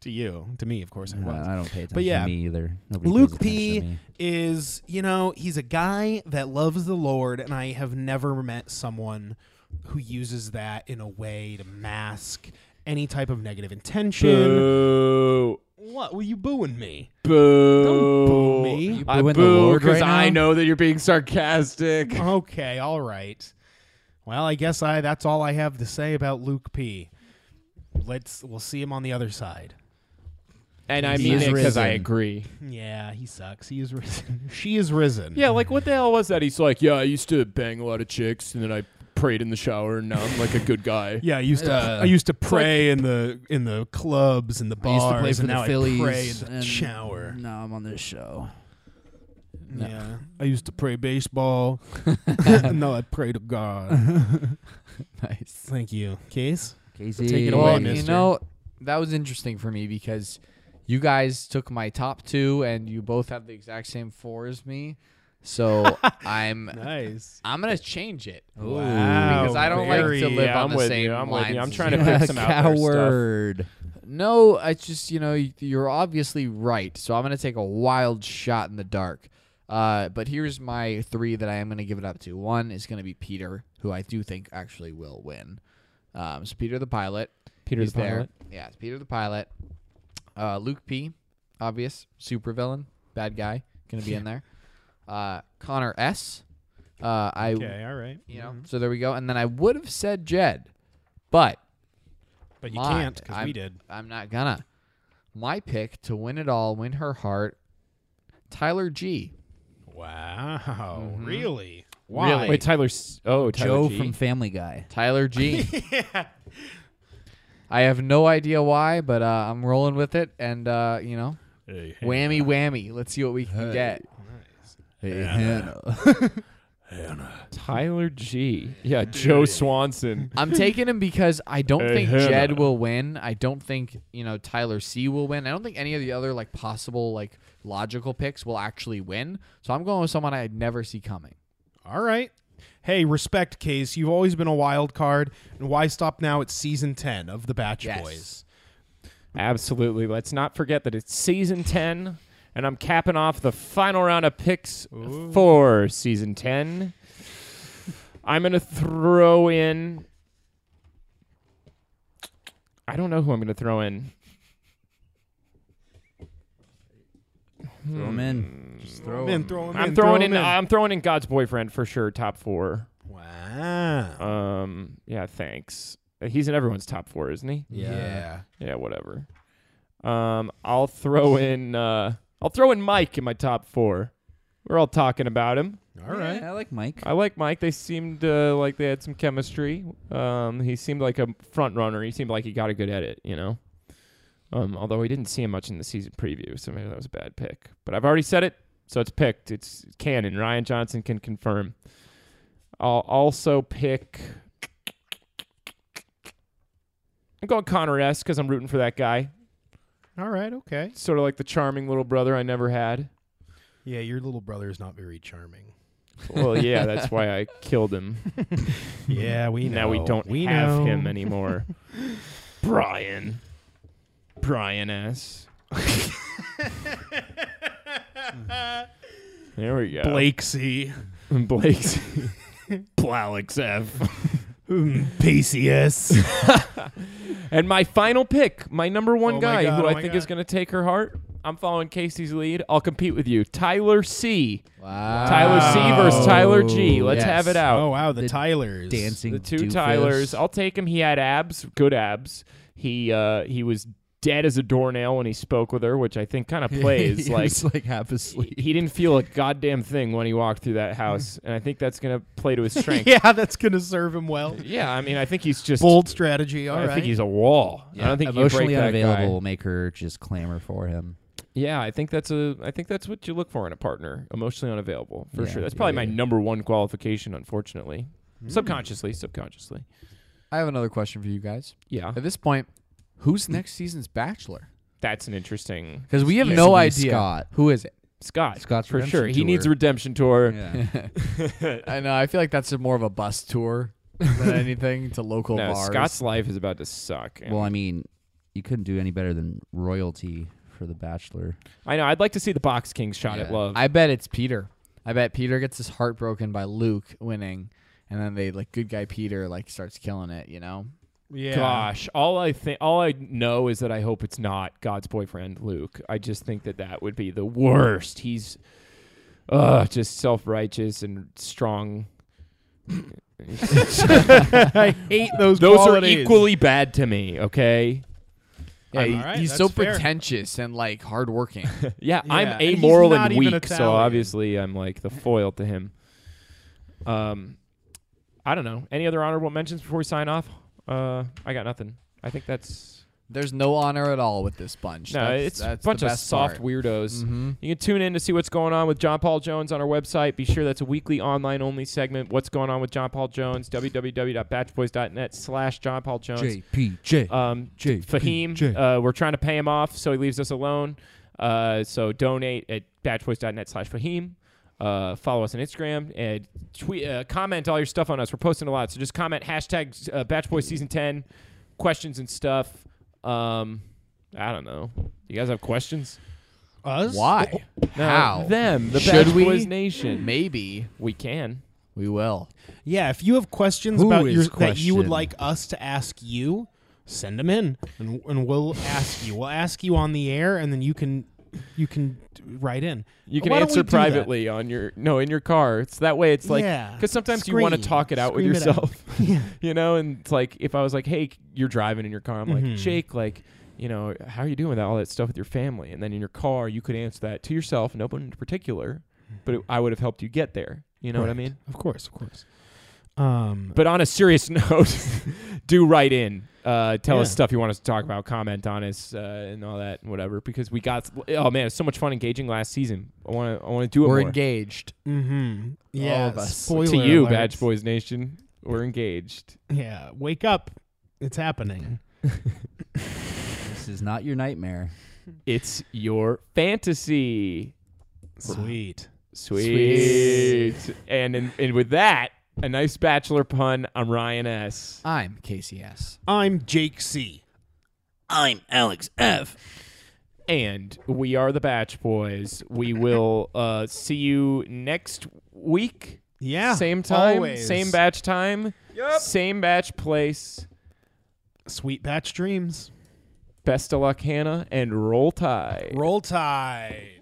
S3: to you. To me, of course, I
S4: No,
S3: was.
S4: I don't pay attention
S3: yeah,
S4: to me either. Nobody
S3: Luke
S4: pays attention to
S3: P
S4: me.
S3: is, you know, he's a guy that loves the Lord, and I have never met someone who uses that in a way to mask any type of negative intention.
S1: Boo.
S3: What were you booing me?
S1: Boo.
S3: boo me. You
S1: I
S4: booing the
S1: boo
S4: Lord
S1: because
S4: right
S1: I
S4: now?
S1: know that you're being sarcastic.
S3: Okay, all right. Well, I guess I that's all I have to say about Luke P. Let's we'll see him on the other side.
S1: And I
S4: He's
S1: mean it because I
S4: risen.
S1: agree.
S3: Yeah, he sucks. He is risen. she is risen.
S1: Yeah, like what the hell was that? He's like, yeah, I used to bang a lot of chicks, and then I prayed in the shower, and now I'm like a good guy.
S3: Yeah, I used to
S2: Uh,
S3: I used to pray in the in the clubs and the
S4: I
S3: bars
S4: used to play for
S3: and
S4: the
S3: now
S4: Phillies
S3: I pray in the
S4: and
S3: shower.
S4: Now I'm on this show.
S3: Yeah. I used to play baseball. no, I pray to God.
S4: Nice.
S3: Thank you. Case?
S4: Casey,
S3: it away,
S2: Well,
S3: miss.
S2: you
S3: mister.
S2: know, that was interesting for me because you guys took my top two, and you both have the exact same four as me. So I'm
S3: Nice. Oh.
S2: I'm gonna change it
S3: Wow.
S2: because I don't
S1: Very-
S2: like to live
S1: yeah,
S2: on
S1: I'm
S2: the
S1: with
S2: same
S1: you, I'm with
S2: lines.
S1: you. I'm
S2: as
S1: trying to
S2: you.
S1: pick some out there stuff.
S4: Coward.
S2: No, it's just you know y- you're obviously right, so I'm gonna take a wild shot in the dark. Uh, but here's my three that I am gonna give it up to. One is gonna be Peter, who I do think actually will win. Um, so Peter the pilot.
S1: Peter
S2: He's there. Yeah, it's Peter the pilot. Uh, Luke P, obvious supervillain, bad guy, gonna be in there. Uh, Connor S. Uh, I
S3: Okay, all right.
S2: you know so there we go. And then I would have said Jed, but
S3: But you
S2: My-
S3: can't cuz we
S2: I'm-
S3: did.
S2: I'm not gonna. My pick to win it all, win her heart, Tyler G.
S3: Wow.
S4: Mm-hmm.
S3: Really?
S2: Why? Really?
S1: Wait, Tyler. S- Oh, Tyler
S4: Joe
S1: G.
S4: from Family Guy.
S2: Tyler G. I have no idea why, but uh, I'm rolling with it, and uh, you know,
S3: Hey, hey.
S2: whammy, whammy. Let's see what we can get.
S4: Hey, Hannah.
S1: Tyler G. Yeah, Joe Swanson.
S2: I'm taking him because I don't
S1: Hey,
S2: think
S1: Hannah.
S2: Jed will win. I don't think you know Tyler C will win. I don't think any of the other like possible like logical picks will actually win. So I'm going with someone I'd never see coming.
S3: All right. Hey, respect, Case. You've always been a wild card, and why stop now at season ten of The Batch
S2: Yes.
S3: Boys?
S1: Absolutely. Let's not forget that it's season 10, and I'm capping off the final round of picks for season 10. I'm going to throw in. I don't know who I'm going to throw in.
S4: throw him
S1: Hmm.
S4: in. Just throw
S3: Man,
S4: him.
S3: throw 'em
S1: I'm
S3: in,
S1: throwing
S3: throw 'em
S1: in, I'm throwing in God's boyfriend for sure, top four.
S3: Wow.
S1: Um, yeah, thanks. He's in everyone's top four, isn't he?
S4: Yeah.
S1: Yeah, whatever. Um, I'll throw in uh, I'll throw in Mike in my top four. We're all talking about him.
S3: All right.
S4: Yeah, I like Mike.
S1: I like Mike. They seemed uh, like they had some chemistry. Um, he seemed like a front runner. He seemed like he got a good edit. You know. Um, although we didn't see him much in the season preview, so maybe that was a bad pick. But I've already said it, so it's picked. It's canon. Ryan Johnson can confirm. I'll also pick. I'm going Connor S because I'm rooting for that guy.
S3: All right. Okay.
S1: Sort of like the charming little brother I never had.
S3: Yeah, your little brother is not very charming.
S1: Well, yeah, that's why I killed him.
S3: yeah, we
S1: now we don't have him anymore. Brian. Brian S. Uh, there we go.
S3: Blakesy,
S1: Blake's. Blalex F.
S3: Mm, PCS.
S1: And my final pick, my number one
S3: Oh my
S1: guy
S3: God,
S1: who
S3: oh
S1: I
S3: my
S1: think
S3: God.
S1: is going to take her heart. I'm following Casey's lead. I'll compete with you. Tyler C.
S2: Wow.
S1: Tyler C versus Tyler G. Let's
S2: Yes.
S1: have it out.
S3: oh wow, the,
S4: The
S3: Tylers
S4: Dancing.
S1: the two
S4: doofus.
S1: Tylers. I'll take him. He had abs, good abs. He uh, he was dead as a doornail when he spoke with her, which I think kind of plays
S4: He
S1: like
S4: was, like half asleep.
S1: he didn't feel a goddamn thing when he walked through that house, and I think that's gonna play to his strength.
S3: yeah, that's gonna serve him well.
S1: Yeah, I mean, I think he's just.
S3: Bold strategy. All
S1: I
S3: right.
S1: think he's a wall. I don't think
S4: emotionally
S1: you break that
S4: unavailable
S1: guy.
S4: will make her just clamor for him.
S1: Yeah, I think that's a. I think that's what you look for in a partner. Emotionally unavailable, for
S4: Yeah,
S1: sure. That's
S4: yeah,
S1: probably my
S4: yeah.
S1: number one qualification, unfortunately. Subconsciously, subconsciously.
S2: I have another question for you guys.
S4: Uh,
S1: Yeah.
S2: At this point, Who's next season's Bachelor?
S1: That's an interesting
S2: Hmm. Because we have
S4: Used to
S2: no
S4: be
S2: idea.
S4: Scott.
S2: Who is it?
S1: Scott.
S4: Scott's
S1: for
S4: redemption
S1: sure. He
S4: tour.
S1: needs a redemption tour.
S4: Yeah.
S2: I know. I feel like that's a more of a bus tour than anything to local
S1: No,
S2: bars.
S1: Scott's life is about to suck.
S4: Well, I mean, you couldn't do any better than royalty for The Bachelor.
S1: I know. I'd like to see the Box King shot at
S4: Yeah.
S1: love.
S2: I bet it's Peter. I bet Peter gets his heart broken by Luke winning, and then they like good guy Peter like starts killing it. You know.
S3: Yeah.
S1: Gosh, all I think, all I know is that I hope it's not God's boyfriend Luke. I just think that that would be the worst. He's, uh, just self righteous and strong.
S2: I hate those. e-
S1: Those are equally bad to me. Okay.
S2: Yeah, he-
S3: All right,
S2: he's
S3: that's
S2: so
S3: fair.
S2: pretentious and like hardworking.
S1: Yeah,
S3: Yeah,
S1: I'm
S3: and he's
S1: amoral
S3: not
S1: and
S3: even
S1: weak, so
S3: Italian.
S1: obviously I'm like the foil to him. Um, I don't know. Any other honorable mentions before we sign off? Uh, I got nothing. I think that's
S2: There's no honor at all with this bunch.
S1: no.
S2: That's-
S1: it's
S2: that's
S1: a bunch
S2: the
S1: of
S2: best
S1: soft
S2: part.
S1: weirdos.
S2: Mhm.
S1: You can tune in to see what's going on with John Paul Jones on our website. Be sure that's a weekly online only segment. What's going on with John Paul Jones? www.batchboys.net slash John Paul Jones.
S4: JPJ.
S1: Um,
S4: J.
S1: Fahim, uh, we're trying to pay him off, so he leaves us alone. Uh, so donate at batchboys.net slash Fahim. Uh, follow us on Instagram and tweet, uh, comment all your stuff on us. We're posting a lot, so just comment hashtag uh, Batch Boys Season 10, questions and stuff. Um, I don't know. You guys have questions?
S3: Us?
S2: Why? How?
S1: Them, the
S2: Should
S1: Batch
S2: we?
S1: Boys Nation.
S2: Maybe
S1: We can.
S2: we will.
S3: Yeah, if you have questions
S4: Who
S3: about
S4: is
S3: your, that you would
S4: question?
S3: like us to ask you, send them in, and, and we'll ask you. We'll ask you on the air, and then you can you can d- write in.
S1: You can
S3: Why don't we
S1: answer
S3: do that?
S1: privately on your no in your car. It's that way. It's like
S3: Yeah.
S1: because sometimes you want to
S3: Scream.
S1: talk it out with
S3: Scream it out.
S1: yourself,
S3: Yeah.
S1: you know. And it's like if I was like, hey, you're driving in your car. I'm
S3: Mhm.
S1: like, Jake, like, you know, how are you doing with all that stuff with your family? And then in your car, you could answer that to yourself, no one in particular, but it, I would have helped you get there. You know what I
S3: Correct.
S1: mean?
S3: Of course, of course. Um,
S1: But on a serious note, do write in. Uh, tell us
S3: Yeah.
S1: stuff you want us to talk about, comment on us, uh, and all that, and whatever. Because we got oh man, it's so much fun engaging last season. I want to I want to do it
S2: We're
S1: more.
S2: engaged.
S3: mm-hmm. Yeah.
S2: of us.
S3: Spoiler
S1: to you,
S3: alerts.
S1: Badge Boys Nation. We're engaged.
S3: Yeah. Wake up! It's happening.
S4: This is not your nightmare.
S1: It's your fantasy.
S3: Sweet.
S1: Sweet. And, in, and with that, a nice bachelor pun. I'm Ryan S.
S2: I'm KCS.
S3: I'm Jake C.
S5: I'm Alex F.
S1: And we are the Batch Boys. We will uh, see you next week.
S3: Yeah.
S1: same time,
S3: always.
S1: same batch time, same batch place.
S3: Sweet batch dreams.
S1: Best of luck, Hannah, and roll tide.
S3: Roll Tide.